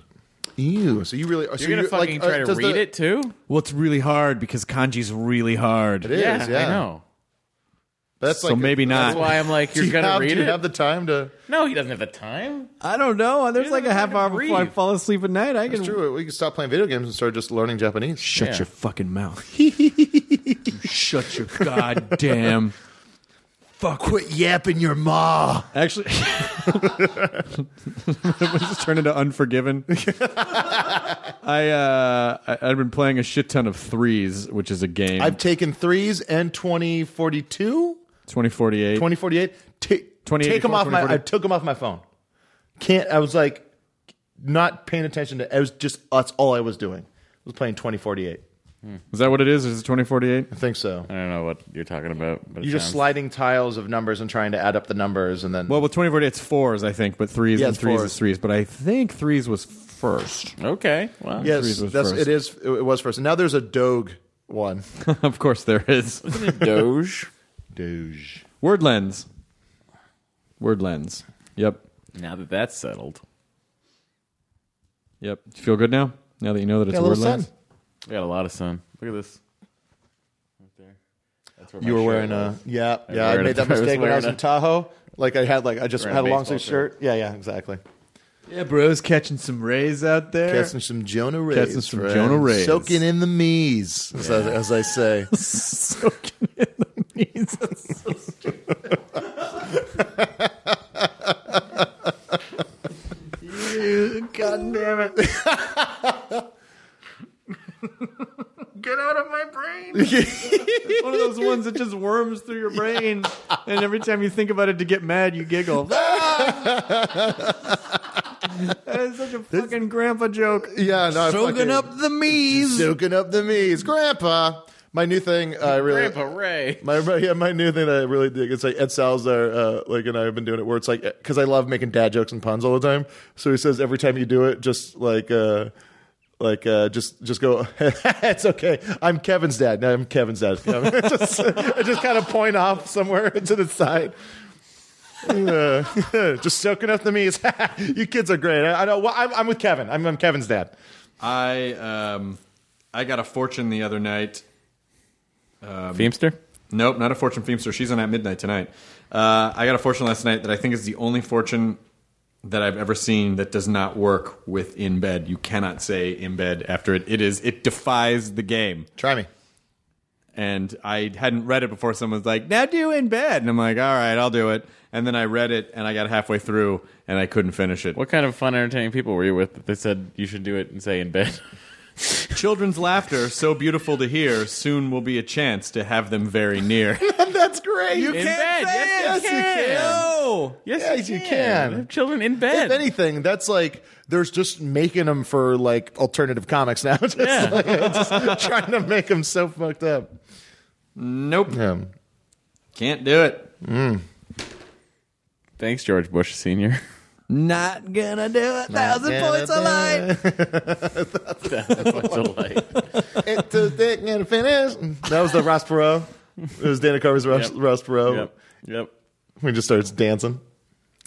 Ew. So you really so
You're gonna
like,
fucking
uh,
try to
does the-
read it too?
Well, it's really hard because kanji's really hard.
It is. Yeah.
I know.
That's
So
like
maybe not.
That's why I'm like,
Do
you're
you
gonna
have,
read
do you
it.
have the time to?
no, he doesn't have the time.
I don't know. There's
You're
like a
not
half
gonna
hour before I
breathe.
fall asleep at night. I
It's
can
true. We can stop playing video games and start just learning Japanese.
shut
Yeah.
your fucking mouth. You shut your goddamn.
Quit yapping your ma.
Actually, just turned into Unforgiven. I uh, I- I've been playing a shit ton of threes, which is a game.
I've taken threes and 2042,
Twenty forty eight.
2048. T-
2084,
take them off my. I
2048.
took them off my phone. Can't. I was like, not paying attention to. I was just. That's all I was doing. I was playing 2048.
Is that what it is? Is it twenty forty eight?
I think so.
I don't know what you're talking about. But it
You're just
sounds-
sliding tiles of numbers and trying to add up the numbers, and then
Well, with twenty forty eight, it's fours, I think. But threes
Yeah,
and
it's
threes
fours.
is threes. But I think threes was first.
Okay. Well,
yes,
threes was
that's
first.
it is. It was first. Now there's a Doge one.
of course, there is
Doge.
Doge.
word lens. Word lens. Yep,
Now that that's settled,
yep. You feel good now? Now that you know that it's a
Yeah, little
word
sun.
lens.
we got a lot of sun. Look at this. Right there. That's where my
You were
shirt
wearing a
was.
yeah
I
yeah. I
wear it-
made that
I was
mistake when I was
wearing
in
a-
Tahoe. Like I had like I just
Wearing
had a
a
long
baseball
sleeve shirt. Yeah yeah exactly.
Yeah, bro's catching some rays out there.
Catching some Jonah Rays.
Catching some
friend.
Jonah Rays.
Soaking in the me's, as, I, as I say.
soaking in the knees. That's so stupid. God damn it. Get out of my brain. it's one of those ones that just worms through your brain. And every time you think about it to get mad, you giggle. that is such a fucking grandpa joke.
yeah, no, I
Soaking
fucking-
up the me's.
soaking up the me's, Grandpa. My new thing, I really.
Grandpa Ray.
My yeah, my new thing that I really dig. It's like Ed Salazar, uh, like, and I have been doing it where it's like because I love making dad jokes and puns all the time. So he says every time you do it, just like, uh, like uh, just just go. it's okay. I'm Kevin's dad. No, I'm Kevin's dad. just, I just kind of point off somewhere to the side. Uh, just soaking up the me's. you kids are great. I, I know. Well, I'm, I'm with Kevin. I'm, I'm Kevin's dad.
I um, I got a fortune the other night.
Beamster.
Nope, not a fortune Feemster. She's on at midnight tonight. Uh, I got a fortune last night that I think is the only fortune that I've ever seen that does not work with in bed. You cannot say in bed after it. It is it defies the game.
Try me.
And I hadn't read it before. Someone's like, "Now do in bed," and I'm like, "All right, I'll do it." And then I read it, and I got halfway through, and I couldn't finish it.
What kind of fun, entertaining people were you with that they said you should do it and say in bed?
Children's laughter, so beautiful to hear, soon will be a chance to have them very near.
That's great. You
in bed. Yes, you can.
No.
Yes, you can.
Have children in bed.
If anything, that's like there's just making them for like alternative comics now. just,
Yeah.
like, just trying to make them so fucked up.
Nope.
Yeah.
Can't do it.
Thanks, George Bush Senior.
Not gonna do it. Thousand
gonna
points
do
of light.
It's too thick and finish. That was the Ross Perot. It was Dana Carver's Ross,
Yep.
Ross Perot.
yep. Yep.
He just starts dancing.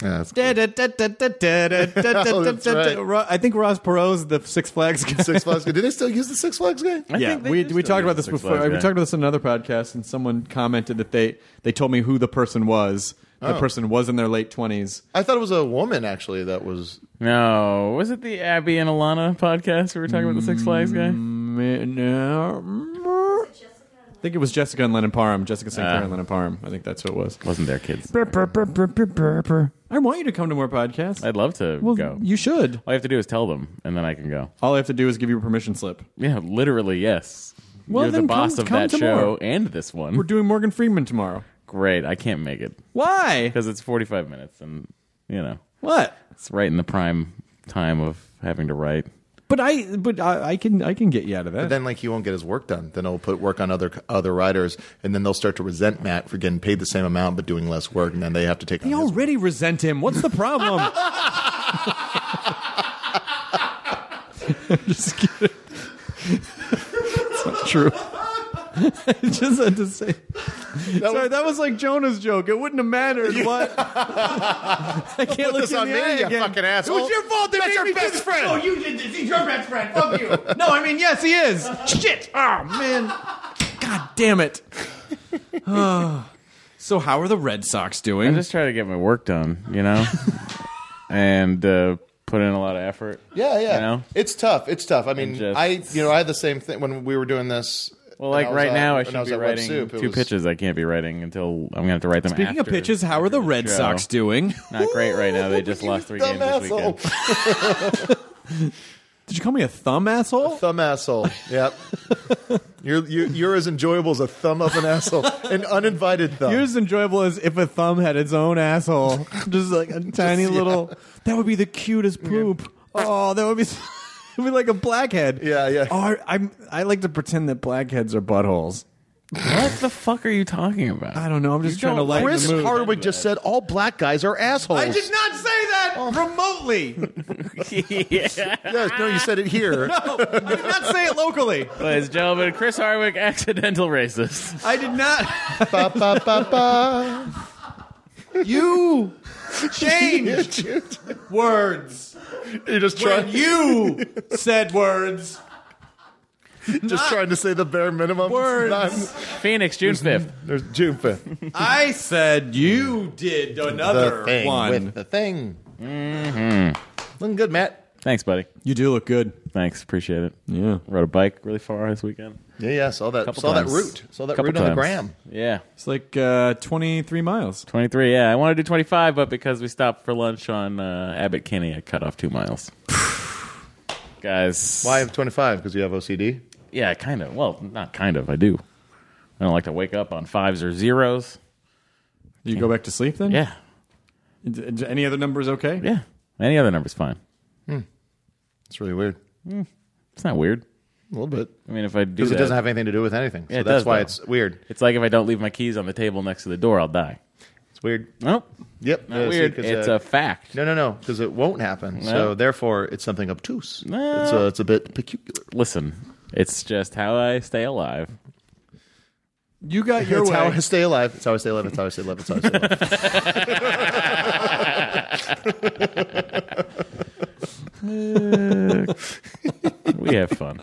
Yeah, that's
Da- da- da- da- da- da- da- da- da-
Oh,
da-
that's
da-
right.
da- Ro- I think Ross Perot's the Six Flags guy.
Six Flags. guy. Do they still use the Six Flags guy?
yeah,
think they
we
do
we
still
talked
use
about
the
this
Six
before.
Flags
We
guy.
talked about this in another podcast, and someone commented that they they told me who the person was. The person was in their late twenties.
I thought it was a woman actually that was.
No, was it the Abby and Alana podcast we were talking about the Six Flags guy?
Mm. I think it was Jessica and Lennon Parham. Jessica St. Clair and Lennon Parham. I think that's who it was.
Wasn't there, kids?
I want you to come to more podcasts.
I'd love to
well,
go.
you should.
All I have to do is tell them, and then I can go.
All I have to do is give you a permission slip.
Yeah, literally, yes.
Well,
You're
then
the boss
come-
of
come
that
to
show
more.
and this one.
We're doing Morgan Freeman tomorrow.
Great. I can't make it
Why?
because it's 45 minutes, and, you know,
What?
it's right in the prime time of having to write.
But I but I, I can I can get you out of that.
But then like he won't get his work done. Then he'll put work on other other writers, and then they'll start to resent Matt for getting paid the same amount but doing less work, and then they have to take.
they
on his
already resent him. What's the problem? Just kidding. it's not true. I just had to say. Sorry,
was-
that was like Jonah's joke. It wouldn't have mattered. What? I can't look
this
you in
on
the
me,
eye
you
again.
fucking asshole.
It was your fault. They
That's
made
your
me do
best
this.
friend.
Oh, you did this. He's your best friend. Fuck you. no, I mean yes, he is. Shit. Oh man. God damn it. Oh. So how are the Red Sox doing?
I just try to get my work done, you know, and uh, put in a lot of effort.
Yeah, yeah.
You know?
It's tough. It's tough. I mean,
And just-
I you know I had the same thing when we were doing this.
Well, like
when was
right
at-
now, I
when
should
was
be
at Web
writing
Soup, it
two
was-
pitches. I can't be writing until I'm gonna have to write them.
Speaking of
after-
pitches, how are the Red
show.
Sox doing?
Not great right now. They
Look
just
at you,
lost three
thumb
games this weekend.
asshole.
Did you call me a thumb asshole?
Thumb asshole. Yep. you're you, you're as enjoyable as a thumb up an asshole, an uninvited thumb.
You're as enjoyable as if a thumb had its own asshole. Just like a tiny
yeah.
little. That would be the cutest poop. Oh, that would be. s- It'd be like a blackhead.
Yeah, yeah.
Oh, I, I'm. I like to pretend that blackheads are buttholes.
What the fuck are you talking about?
I don't know. I'm just trying to
don't-
lighten
Chris
the mood.
Hardwick just said all black guys are assholes.
I did not say that remotely.
Yes, no, you said it here.
I did not say it locally.
Ladies and gentlemen, Chris Hardwick, accidental racist.
I did not.
Ba, ba, ba, ba.
You change words
You're just
when
trying.
you said words.
just trying to say the bare minimum.
Words.
Not-
Phoenix, June fifth.
there's June fifth.
I said you did another one.
the thing.
Mm-hmm.
Looking good, Matt.
Thanks, buddy.
you do look good.
Thanks, appreciate it.
Yeah.
Rode a bike really far this weekend.
Yeah, yeah. Saw that.
Couple
saw
times.
that root. Saw that
Couple
root on the
times.
gram.
Yeah,
It's like uh, 23 miles.
23. Yeah, I want to do 25, but because we stopped for lunch on uh, Abbott Kinney, I cut off two miles. Guys,
Why 25? Because you have OCD.
Yeah, kind of. Well, not kind of. I do. I don't like to wake up on fives or zeros.
Do you go back to sleep then?
Yeah,
D- d- Any other numbers okay?
yeah. Any other number's fine.
It's really weird.
It's not weird.
A little bit.
I mean, if I do
Because
that,
it doesn't have anything to do with anything. So
Yeah, it
that's
does,
why
though.
it's weird.
it's like if I don't leave my keys on the table next to the door, I'll die.
It's weird.
Nope.
Yep.
Not
Yeah, see,
weird.
'cause,
It's
uh,
a fact.
No, no, no. Because it won't happen. So therefore, it's something obtuse.
No.
It's, uh, it's a bit peculiar.
Listen, it's just how I stay alive.
You got your
it's
way.
how I stay alive. It's how I stay alive. It's how I stay alive. It's how I stay alive.
We have fun.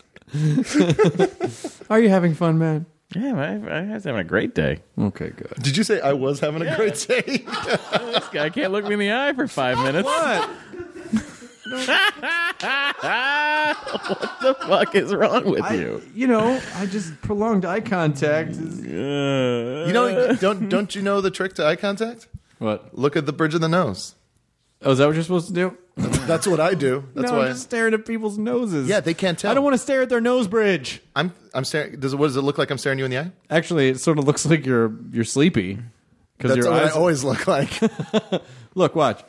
Are you having fun, man?
yeah, I, I was having a great day.
Okay, good.
Did you say I was having a great day?
This guy can't look me in the eye for five minutes.
What?
the fuck is wrong with
I,
you?
you know, I just prolonged eye contact. is-
Uh,
you know, don't don't you know the trick to eye contact?
What?
Look at the bridge of the nose.
Oh, is that what you're supposed to do?
That's what I do. That's
no,
why.
I'm just staring at people's noses.
Yeah, they can't tell.
I don't want to stare at their nose bridge.
I'm I'm staring. Does it, what does it look like? I'm staring you in the eye.
Actually, it sort of looks like you're you're sleepy because
That's
your
what
eyes.
I always look like.
Look, watch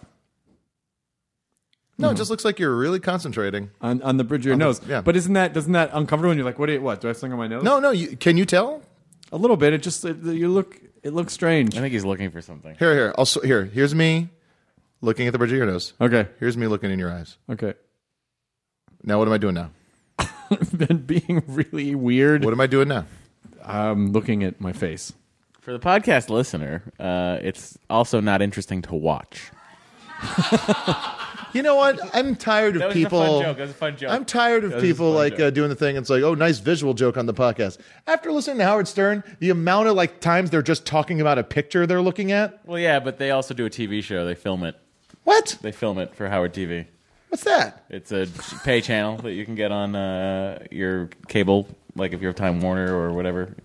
No, it just looks like you're really concentrating.
on, on the bridge of your nose.
yeah.
But isn't that doesn't that uncomfortable? And you're like, what? Do you, what do I have something on my nose?
No, no. You, can you tell?
a little bit. It just it, you look it looks strange.
I think he's looking for something.
Here, here. I'll, sw- here. Here's me looking at the bridge of your nose.
Okay,
Here's me looking in your eyes.
okay.
Now, what am I doing now?
Been being really weird.
What am I doing now?
I'm looking at my face.
For the podcast listener, uh, it's also not interesting to watch.
You know what? I'm tired of
That was a fun
people.
joke. That was a fun joke.
I'm tired
That
of
was a
people
fun
like
joke.
uh, doing the thing. It's like, oh, nice visual joke on the podcast. After listening to Howard Stern, the amount of like times they're just talking about a picture they're looking at.
Well, yeah, but they also do a TV show. They film it.
What?
They film it for Howard TV.
What's that?
It's a pay channel that you can get on uh, your cable, like if you have Time Warner or whatever.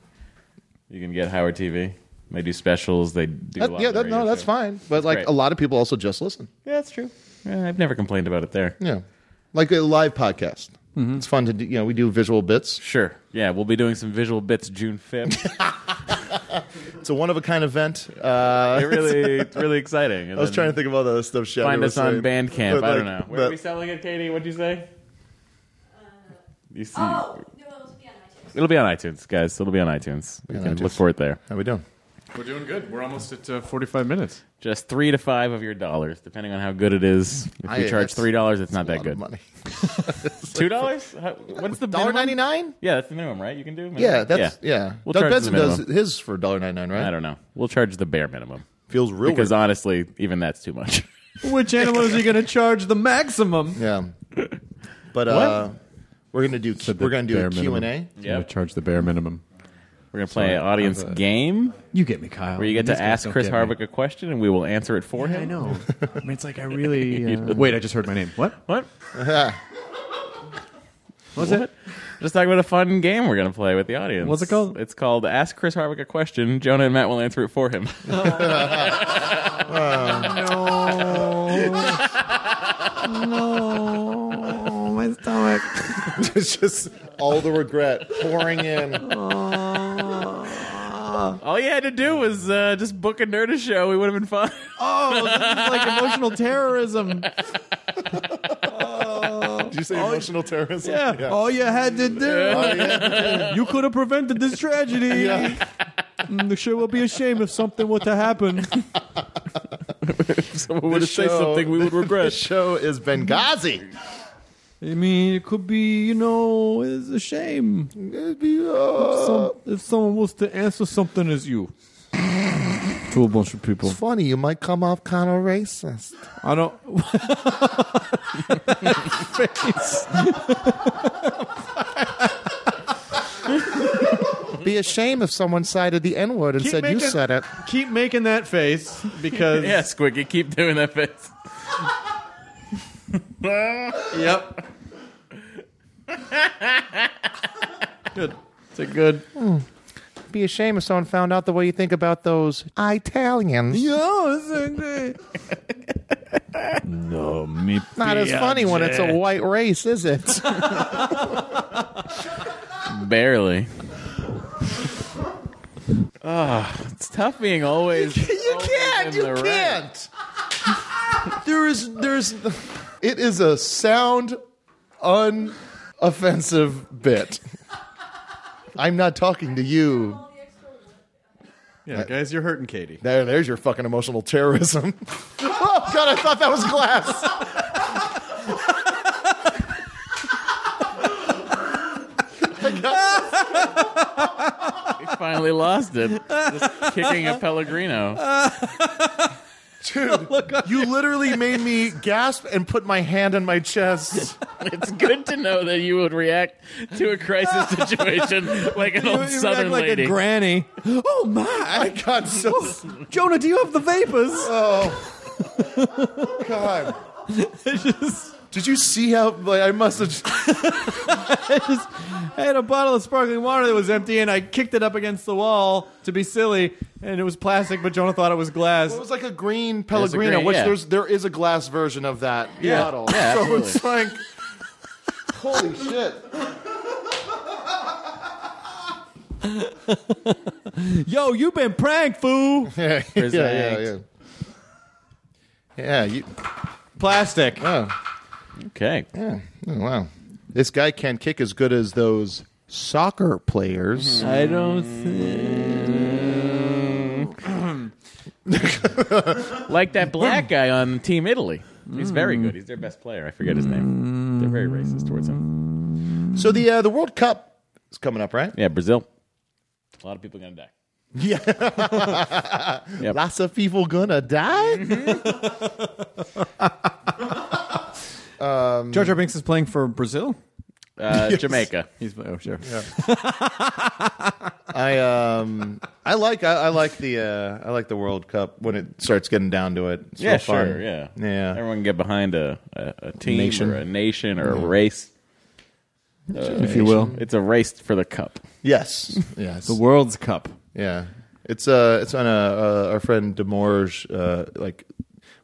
You can get Howard TV. They do specials. They do. a
That-
lot
yeah,
of
that, no,
radio
that's
shows.
fine. But like
great.
a lot of people also just listen.
Yeah, that's true. Yeah, I've never complained about it there.
Yeah, like a live podcast.
Mm-hmm.
It's fun to do. You know, we do visual bits.
Sure. Yeah, we'll be doing some visual bits June fifth.
It's a one of a kind event. Uh,
it really, it's really exciting.
I was trying to think of all the other stuff. Shaggy
find
was
us on
saying.
Bandcamp.
But,
I
like,
don't know. Where are
but-
we selling it, Katie? What'd you say? You see,
Oh, no, it was yeah, no, I took it.
it'll be on iTunes, guys. It'll be on iTunes. You can look for it there.
How we doing?
We're doing good. We're almost at uh, 45 minutes.
Just three to five of your dollars, depending on how good it is. If
I-
you charge
that's-
three dollars, it's not
A
that
lot
good.
of money.
Two dollars? How- What's the
Dollar
minimum?
ninety nine.
Yeah, that's the minimum, right? You can do. minimum?
Yeah, that's yeah.
We'll
Doug
charge
Benson
the
does
minimum.
his for $1.99, right?
I don't know. We'll charge the bare minimum
Feels real
because
weird.
honestly, even that's too much.
Which animal is he going to charge the maximum?
yeah. But uh, we're gonna do we're gonna do a Q and A.
Yeah, charge the bare minimum.
We're gonna play an audience
I've, uh,
game
You get me, Kyle.
where you get to ask Chris Harvick a question and we will answer it for him.
I know. I mean, it's like I really. Uh... Wait, I just heard my name. What?
What? What's it? Just talking about a fun game we're gonna play with the audience.
What's it called?
It's called Ask Chris Harvick a Question. Jonah and Matt will answer it for him.
Oh. No, my stomach.
it's just all the regret pouring in.
All you had to do was uh, just book a nerd a show. We would have been fine.
Oh, this is like emotional terrorism.
Did you say emotional terrorism?
Yeah. All you had to do, you could have prevented this tragedy. Mm, the show will be ashamed if something were to happen.
Someone would have said
show-
something we would
The
regret.
show is Benghazi.
I mean, it could be, you know, it's a shame.
It'd be, uh,
Some, if someone was to answer something as you to a bunch of people,
funny. You might come off kind of racist.
I don't.
Be a shame if someone cited the N word and
Keep
said you
making-
said it.
Keep making that face because
yeah, Squiggy, keep doing that face.
Yep. good. It's a good.
Be a shame if someone found out the way you think about those Italians.
No, it's a good. no, me.
Not as funny when it's a white race, is it?
Barely. Ah, it's tough being always.
You can't.
in
You
the right.
can't. there is. There's. It is a sound, unoffensive bit. I'm not talking to you.
Yeah, guys, you're hurting Katie.
There, there's your fucking emotional terrorism. oh God, I thought that was glass.
We finally lost it. Just kicking a Pellegrino.
you literally made me gasp and put my hand on my chest.
It's good to know that you would react to a crisis situation like an old Southern
like
lady.
a granny. Oh
I
my!
got so.
Jonah, do you have the vapors?
Oh God. Did you see how like I must have?
I had a bottle of sparkling water that was empty, and I kicked it up against the wall to be silly, and it was plastic, but Jonah thought it was glass.
It was like a green
There's a
Pellegrino,
green-
which
yeah.
there's there is a glass version of that
Yeah.
bottle.
Yeah,
so
absolutely.
it's like, holy shit!
Yo, you've been pranked, fool.
yeah, yeah, yeah,
Present.
yeah. Yeah, you.
Plastic.
Oh,
Okay.
yeah. Oh, wow. This guy can't kick as good as those soccer
Mm-hmm.
players.
I don't. Think...
Like that black guy on Team Italy. He's very good. He's their best player. I forget his name. They're very racist towards him.
So the uh, the World Cup is coming up, right?
Yeah, Brazil. A lot of people going to die. Yep.
Lots of people gonna
Mm-hmm.
die.
Jar Jar Binks is playing for Brazil.
Uh, Jamaica.
He's oh sure.
I um I like I, I like the uh, I like the World Cup when it starts getting down to it. It's
yeah,
real
sure.
fun.
Yeah,
yeah.
Everyone can get behind a a, a team
Nation.
or a nation or a race. Uh,
if you will.
It's a race for the cup.
Yes. Yes.
The World's Cup.
Yeah, it's uh, it's on a, uh our friend Demorge. Uh, like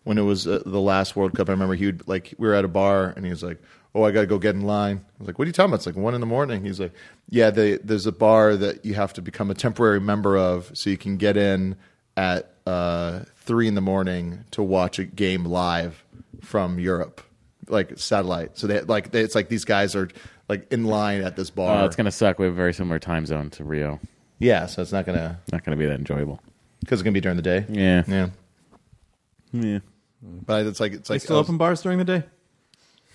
when it was uh, the last World Cup, I remember he would like we were at a bar and he was like, "Oh, I gotta go get in line." I was like, "What are you talking about?" It's like one in the morning. He's like, "Yeah, they, there's a bar that you have to become a temporary member of, so you can get in at uh, three in the morning to watch a game live from Europe." Like satellite, so they like they, it's like these guys are like in line at
Oh,
this bar.
Uh, it's gonna suck. We have a very similar time zone to Rio.
yeah, so it's not gonna
Not gonna be that enjoyable.
because it's gonna be during the day.
Yeah.
yeah.
Yeah.
But it's like it's
They
like
still
I was-
open bars during the day.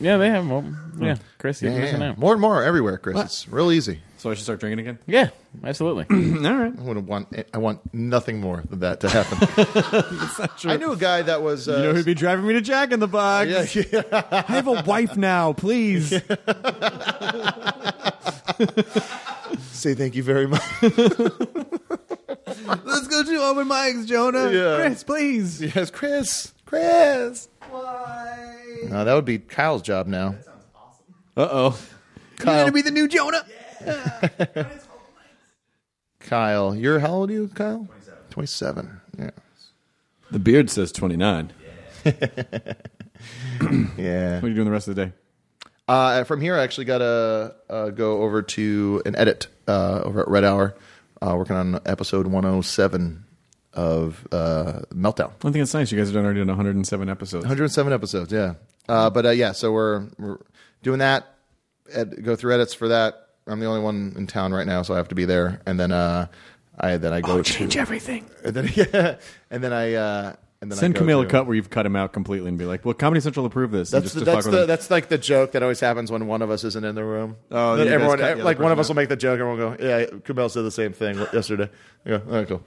Yeah, they have them. Yeah, Chris, you're
Yeah, yeah,
missing
yeah.
out.
more and more everywhere, Chris. It's real easy.
So I should start drinking again.
Yeah, absolutely.
All right.
I would want I want nothing more than that to happen. I knew a guy that was uh,
You know who'd be driving me to Jack in the Box?
yeah, yeah.
I have a wife now, please.
say thank you very much.
Let's go to open mics, Jonah.
Yeah.
Chris, please.
yes, Chris. Chris. Why? No, that would be Kyle's job now.
Uh oh. You're gonna be the new Jonah.
Kyle, you're how old are you, Kyle? Twenty seven. Yeah.
The beard says 29.
Yeah.
What are you doing the rest of the day?
Uh, from here, I actually got to uh, go over to an edit uh, over at Red Hour, uh, working on episode 107 of uh, Meltdown.
I think it's nice. You guys have done already done 107 episodes.
107 episodes, yeah. Uh, but uh, yeah, so we're, we're doing that. Ed, go through edits for that. I'm the only one in town right now, so I have to be there. And then uh, I then I go to,
Change everything.
And then yeah, and then I uh, and then
Send
I go
Camille a
to-
cut where you've cut him out completely and be like, "Well, Comedy Central approved this." and
That's
just
the,
to
that's
fuck with
the,
him.
that's like the joke that always happens when one of us isn't in the room.
Oh,
Then
you guys
everyone
cut the other
like one of
person
us will
out.
make the joke. Everyone will go, yeah, Kumail said the same thing yesterday. Yeah, all right, cool.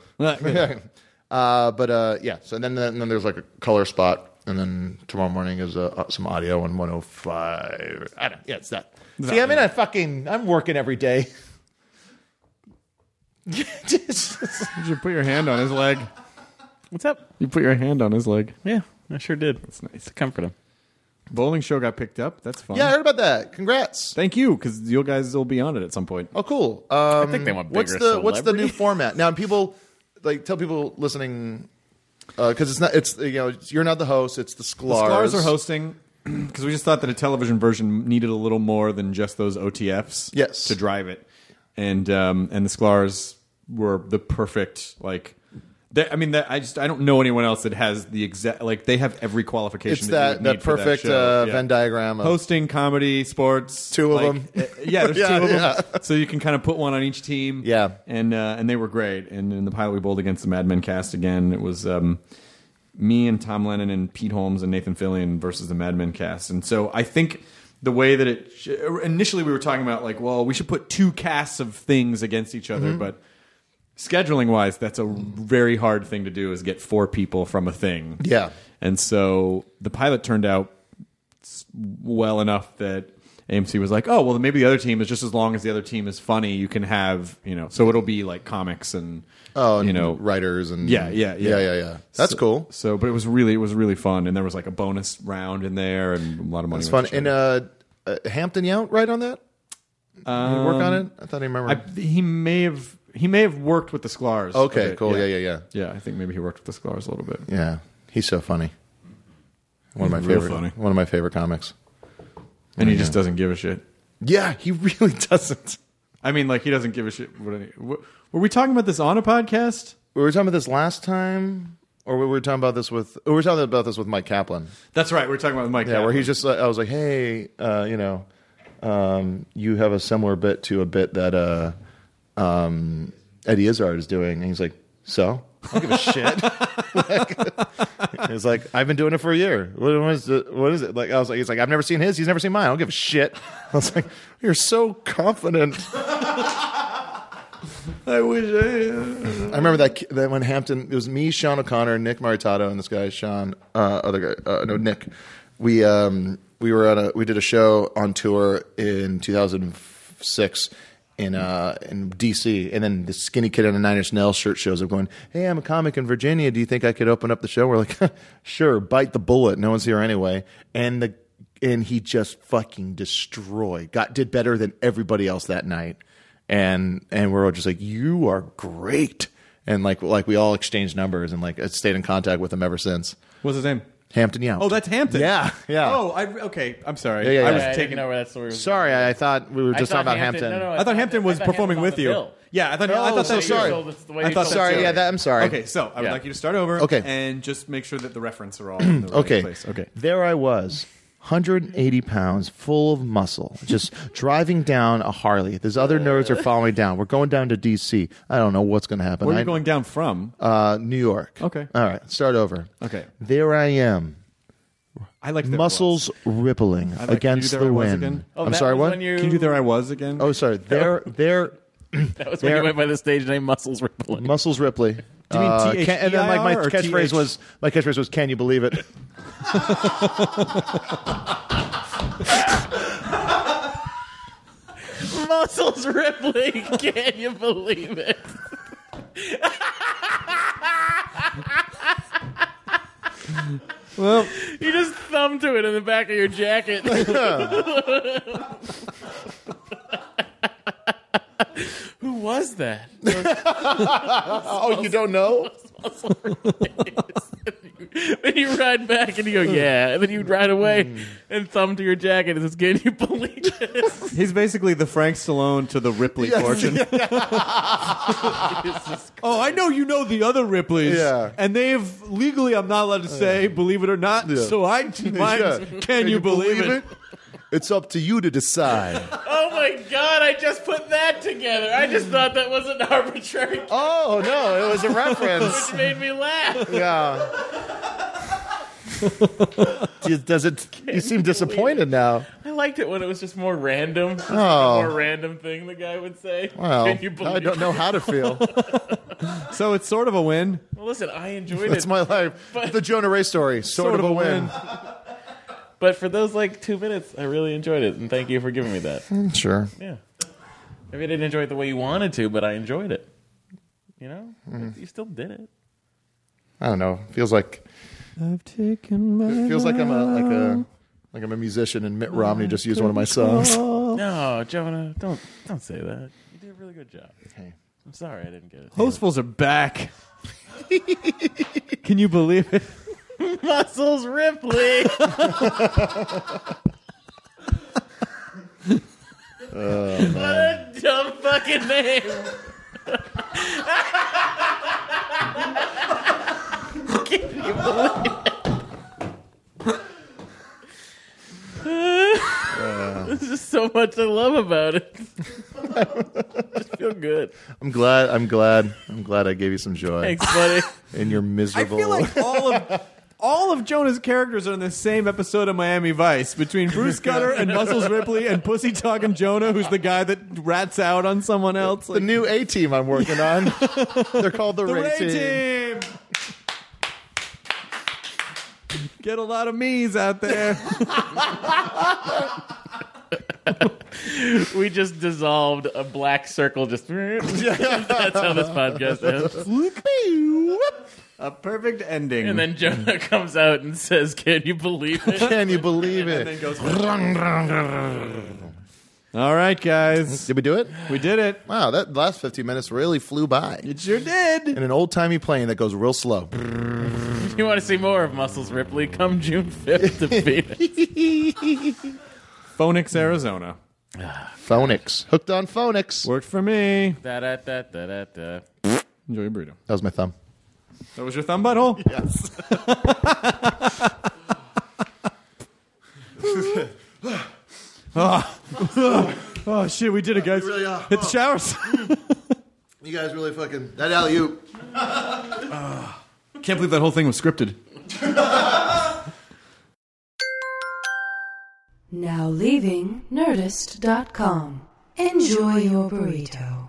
uh, but uh, yeah, so then then then there's like a color spot, and then tomorrow morning is uh, some audio on 105. I don't. Yeah, it's that. See, I'm in a fucking. I'm working every day.
You should put your hand on his leg.
What's up?
You put your hand on his leg.
Yeah, I sure did. It's nice to comfort him.
Bowling show got picked up. That's fun.
yeah, I heard about that. Congrats.
Thank you, because you guys will be on it at some point.
Oh, cool. Um,
think they want
what's
bigger
the what's the new
celebrity.
format now? People like tell people listening because it's not it's you know it's- you're not the host. It's the Sklars.
Stars are hosting because we just thought that a television version needed a little more than just those OTFs.
Yes.
to drive it, and um, and the Sklars were the perfect like. they- I mean, that, I just I don't know anyone else that has the exact like they have every qualification.
It's
you
that
would
that
need for
perfect
show.
uh,
Yeah.
Venn diagram of
Hosting, comedy, sports.
Two of
like,
them.
uh, yeah, there's
Yeah,
two of
yeah.
them. So you can kind of put one on each team.
Yeah.
and uh, and they were great. And in the pilot, we bowled against the Mad Men cast again. It was um, me and Tom Lennon and Pete Holmes and Nathan Fillion versus the Mad Men cast. And so I think the way that it sh- initially we were talking about like, well, we should put two casts of things against each
Mm-hmm.
other, but scheduling wise, that's a very hard thing to do is get four people from a thing.
Yeah.
And so the pilot turned out s- well enough that AMC was like, oh, well, maybe the other team is just as long as the other team is funny. You can have, you know, so it'll be like comics and,
oh, and
you know,
writers and
Yeah, yeah, yeah.
yeah, yeah, yeah. That's
So-
cool.
So, but it was really, it was really fun. And there was like a bonus round in there and a lot of money.
It's fun.
went to
And
charity.
uh, uh, Hampton, you out right on that? Did you work on it? I thought I remember.
Um, I, he may have, he may have worked with the Sklars. a
okay,
bit,
cool. Yeah. yeah, yeah,
Yeah, I think maybe he worked with the Sklars a little bit.
yeah, He's so funny. One of my
He's real
favorite.
funny.
One of my favorite comics.
And he just doesn't give a shit.
Yeah, he really doesn't.
I mean, like he doesn't give a shit. What any, wh- were we talking about this on a podcast?
we were talking about this last time, or we were talking about this with we were talking about this with Mike Kaplan.
That's right. We are talking about Mike.
Yeah, where he's just like, I was like, hey, uh, you know, um, you have a similar bit to a bit that uh, um, Eddie Izzard is doing, and he's like, so. I don't give a shit. like, it's like I've been doing it for a year. What is it? What is it? Like I was like, he's like, I've never seen his. He's never seen mine. I don't give a shit. I was like, you're so confident.
I wish I.
I remember that ki- that when Hampton it was me, Sean O'Connor, Nick Maritato, and this guy Sean, uh, other guy, uh, no Nick. We um we were on a we did a show on tour in 2006 in uh in DC, and then the skinny kid in a Nine Inch Nails shirt shows up going, "Hey, I'm a comic in Virginia. Do you think I could open up the show?" We're like, "Sure, bite the bullet. No one's here anyway." And the and he just fucking destroyed. Got did better than everybody else that night and and we're all just like, "You are great," and like like we all exchanged numbers and like I stayed in contact with him ever since.
What's his name?
Hampton Yount.
Oh, that's Hampton.
Yeah, yeah.
Oh, I okay. I'm sorry.
yeah,
I
yeah.
was
Yeah,
I
taking
didn't know where that story was.
Sorry, I, I thought we were
I
just
thought
talking about Hampton.
No, no,
I thought Hampton was
I thought
performing
Hampton
with
on
you.
the bill.
Yeah, I thought. I
Oh,
thought that
so
was
sorry.
yours.
That's the way
I
you
thought
told
that
the
sorry,
was
yeah,
yours.
that, I'm sorry.
Okay, so I would
Yeah.
like you to start over.
Okay.
and just make sure that the reference are all in the right
okay.
place. Okay.
There I was, 180 pounds, full of muscle, just driving down a Harley. These other nerds are following me down. We're going down to D.C. I don't know what's going to happen.
Where are
I-
you going down from?
Uh, New York.
Okay.
All right. Start over.
Okay.
There I am.
I like that
muscles rippling
like-
against
can you do
the
there I was
wind.
again?
Oh,
I'm
that
sorry,
was
what?
when you-
Can you do there I was again?
Oh, sorry. There, there,
That was when
There-
you went by the stage name Muscles Rippling.
muscles Ripley.
you mean
Uh,
THEIR
can- and then like my
or
catchphrase
TH?
was my catchphrase was can you believe it?
muscles Rippling. Can you believe it?
Well,
You just thumb to it in the back of your jacket. Who was that?
oh, you don't know?
then you ride back and you go, yeah. And then you ride away
Mm.
and thumb to your jacket and says, can you believe this?
he's basically the Frank Stallone to the Ripley fortune. oh, I know you know the other Ripleys.
Yeah.
And they've legally, I'm not allowed to say, believe it or not. So I, mine,
Yeah.
can, you, believe, it?
It's up to you to decide.
oh my god, I just put that together. I just thought that was an arbitrary catch,
oh no, it was a reference.
which made me laugh.
yeah. Does- Does it? You seem disappointed now.
I liked it when it was just more random. Just
Oh.
a more random thing the guy would say.
Well,
Can you believe
I don't know how to feel.
So it's sort of a win.
Well, listen, I enjoyed
That's
it.
my life. the Jonah Ray story, sort, of, a win.
but for those like two minutes, I really enjoyed it. And thank you for giving me that.
Sure.
Yeah. Maybe I didn't enjoy it the way you wanted to, but I enjoyed it. You know?
Mm-hmm.
You still did it.
I don't know. Feels like
I've taken
It feels like I'm a like a like I'm a musician and Mitt Romney just used one of my songs.
No, Jonah, don't don't say that. You did a really good job.
Hey.
I'm sorry I didn't get it.
Hostfuls are back. Can you believe it?
Muscles Ripley. what a dumb fucking name. There's just so much I love about it. just feel good.
I'm glad. I'm glad. I'm glad I gave you some joy
Thanks, buddy.
in your
I
miserable.
feel like all of all of Jonah's characters are in the same episode of Miami Vice between Bruce Cutter and Muscles Ripley and Pussy Talking Jonah, who's the guy that rats out on someone else.
the
Like,
new A team I'm working on. They're called the,
the
Ray,
Ray
team.
team. Get a lot of me's out there.
We just dissolved a black circle. Just that's how this podcast ends.
a perfect ending.
And then Jonah comes out and says, "Can you believe it?"
Can you believe
And then
it?
goes. All right, guys,
Did we do it?
we did it.
Wow, that last 15 minutes really flew by.
It sure did.
In an old timey plane that goes real slow.
if you want to see more of Muscles Ripley, come June fifth to Phoenix.
Phoenix, Arizona,
Phonics. Hooked on phonics.
worked for me.
da, da, da, da, da, da.
Enjoy your burrito.
That was my thumb.
That was your thumb butthole.
Yes.
Oh shit, we did it, guys.
really uh, oh. are.
Hit the showers.
You guys really fucking. That alley oop.
Can't believe that whole thing was scripted.
Now leaving Nerdist.com. Enjoy your burrito.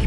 we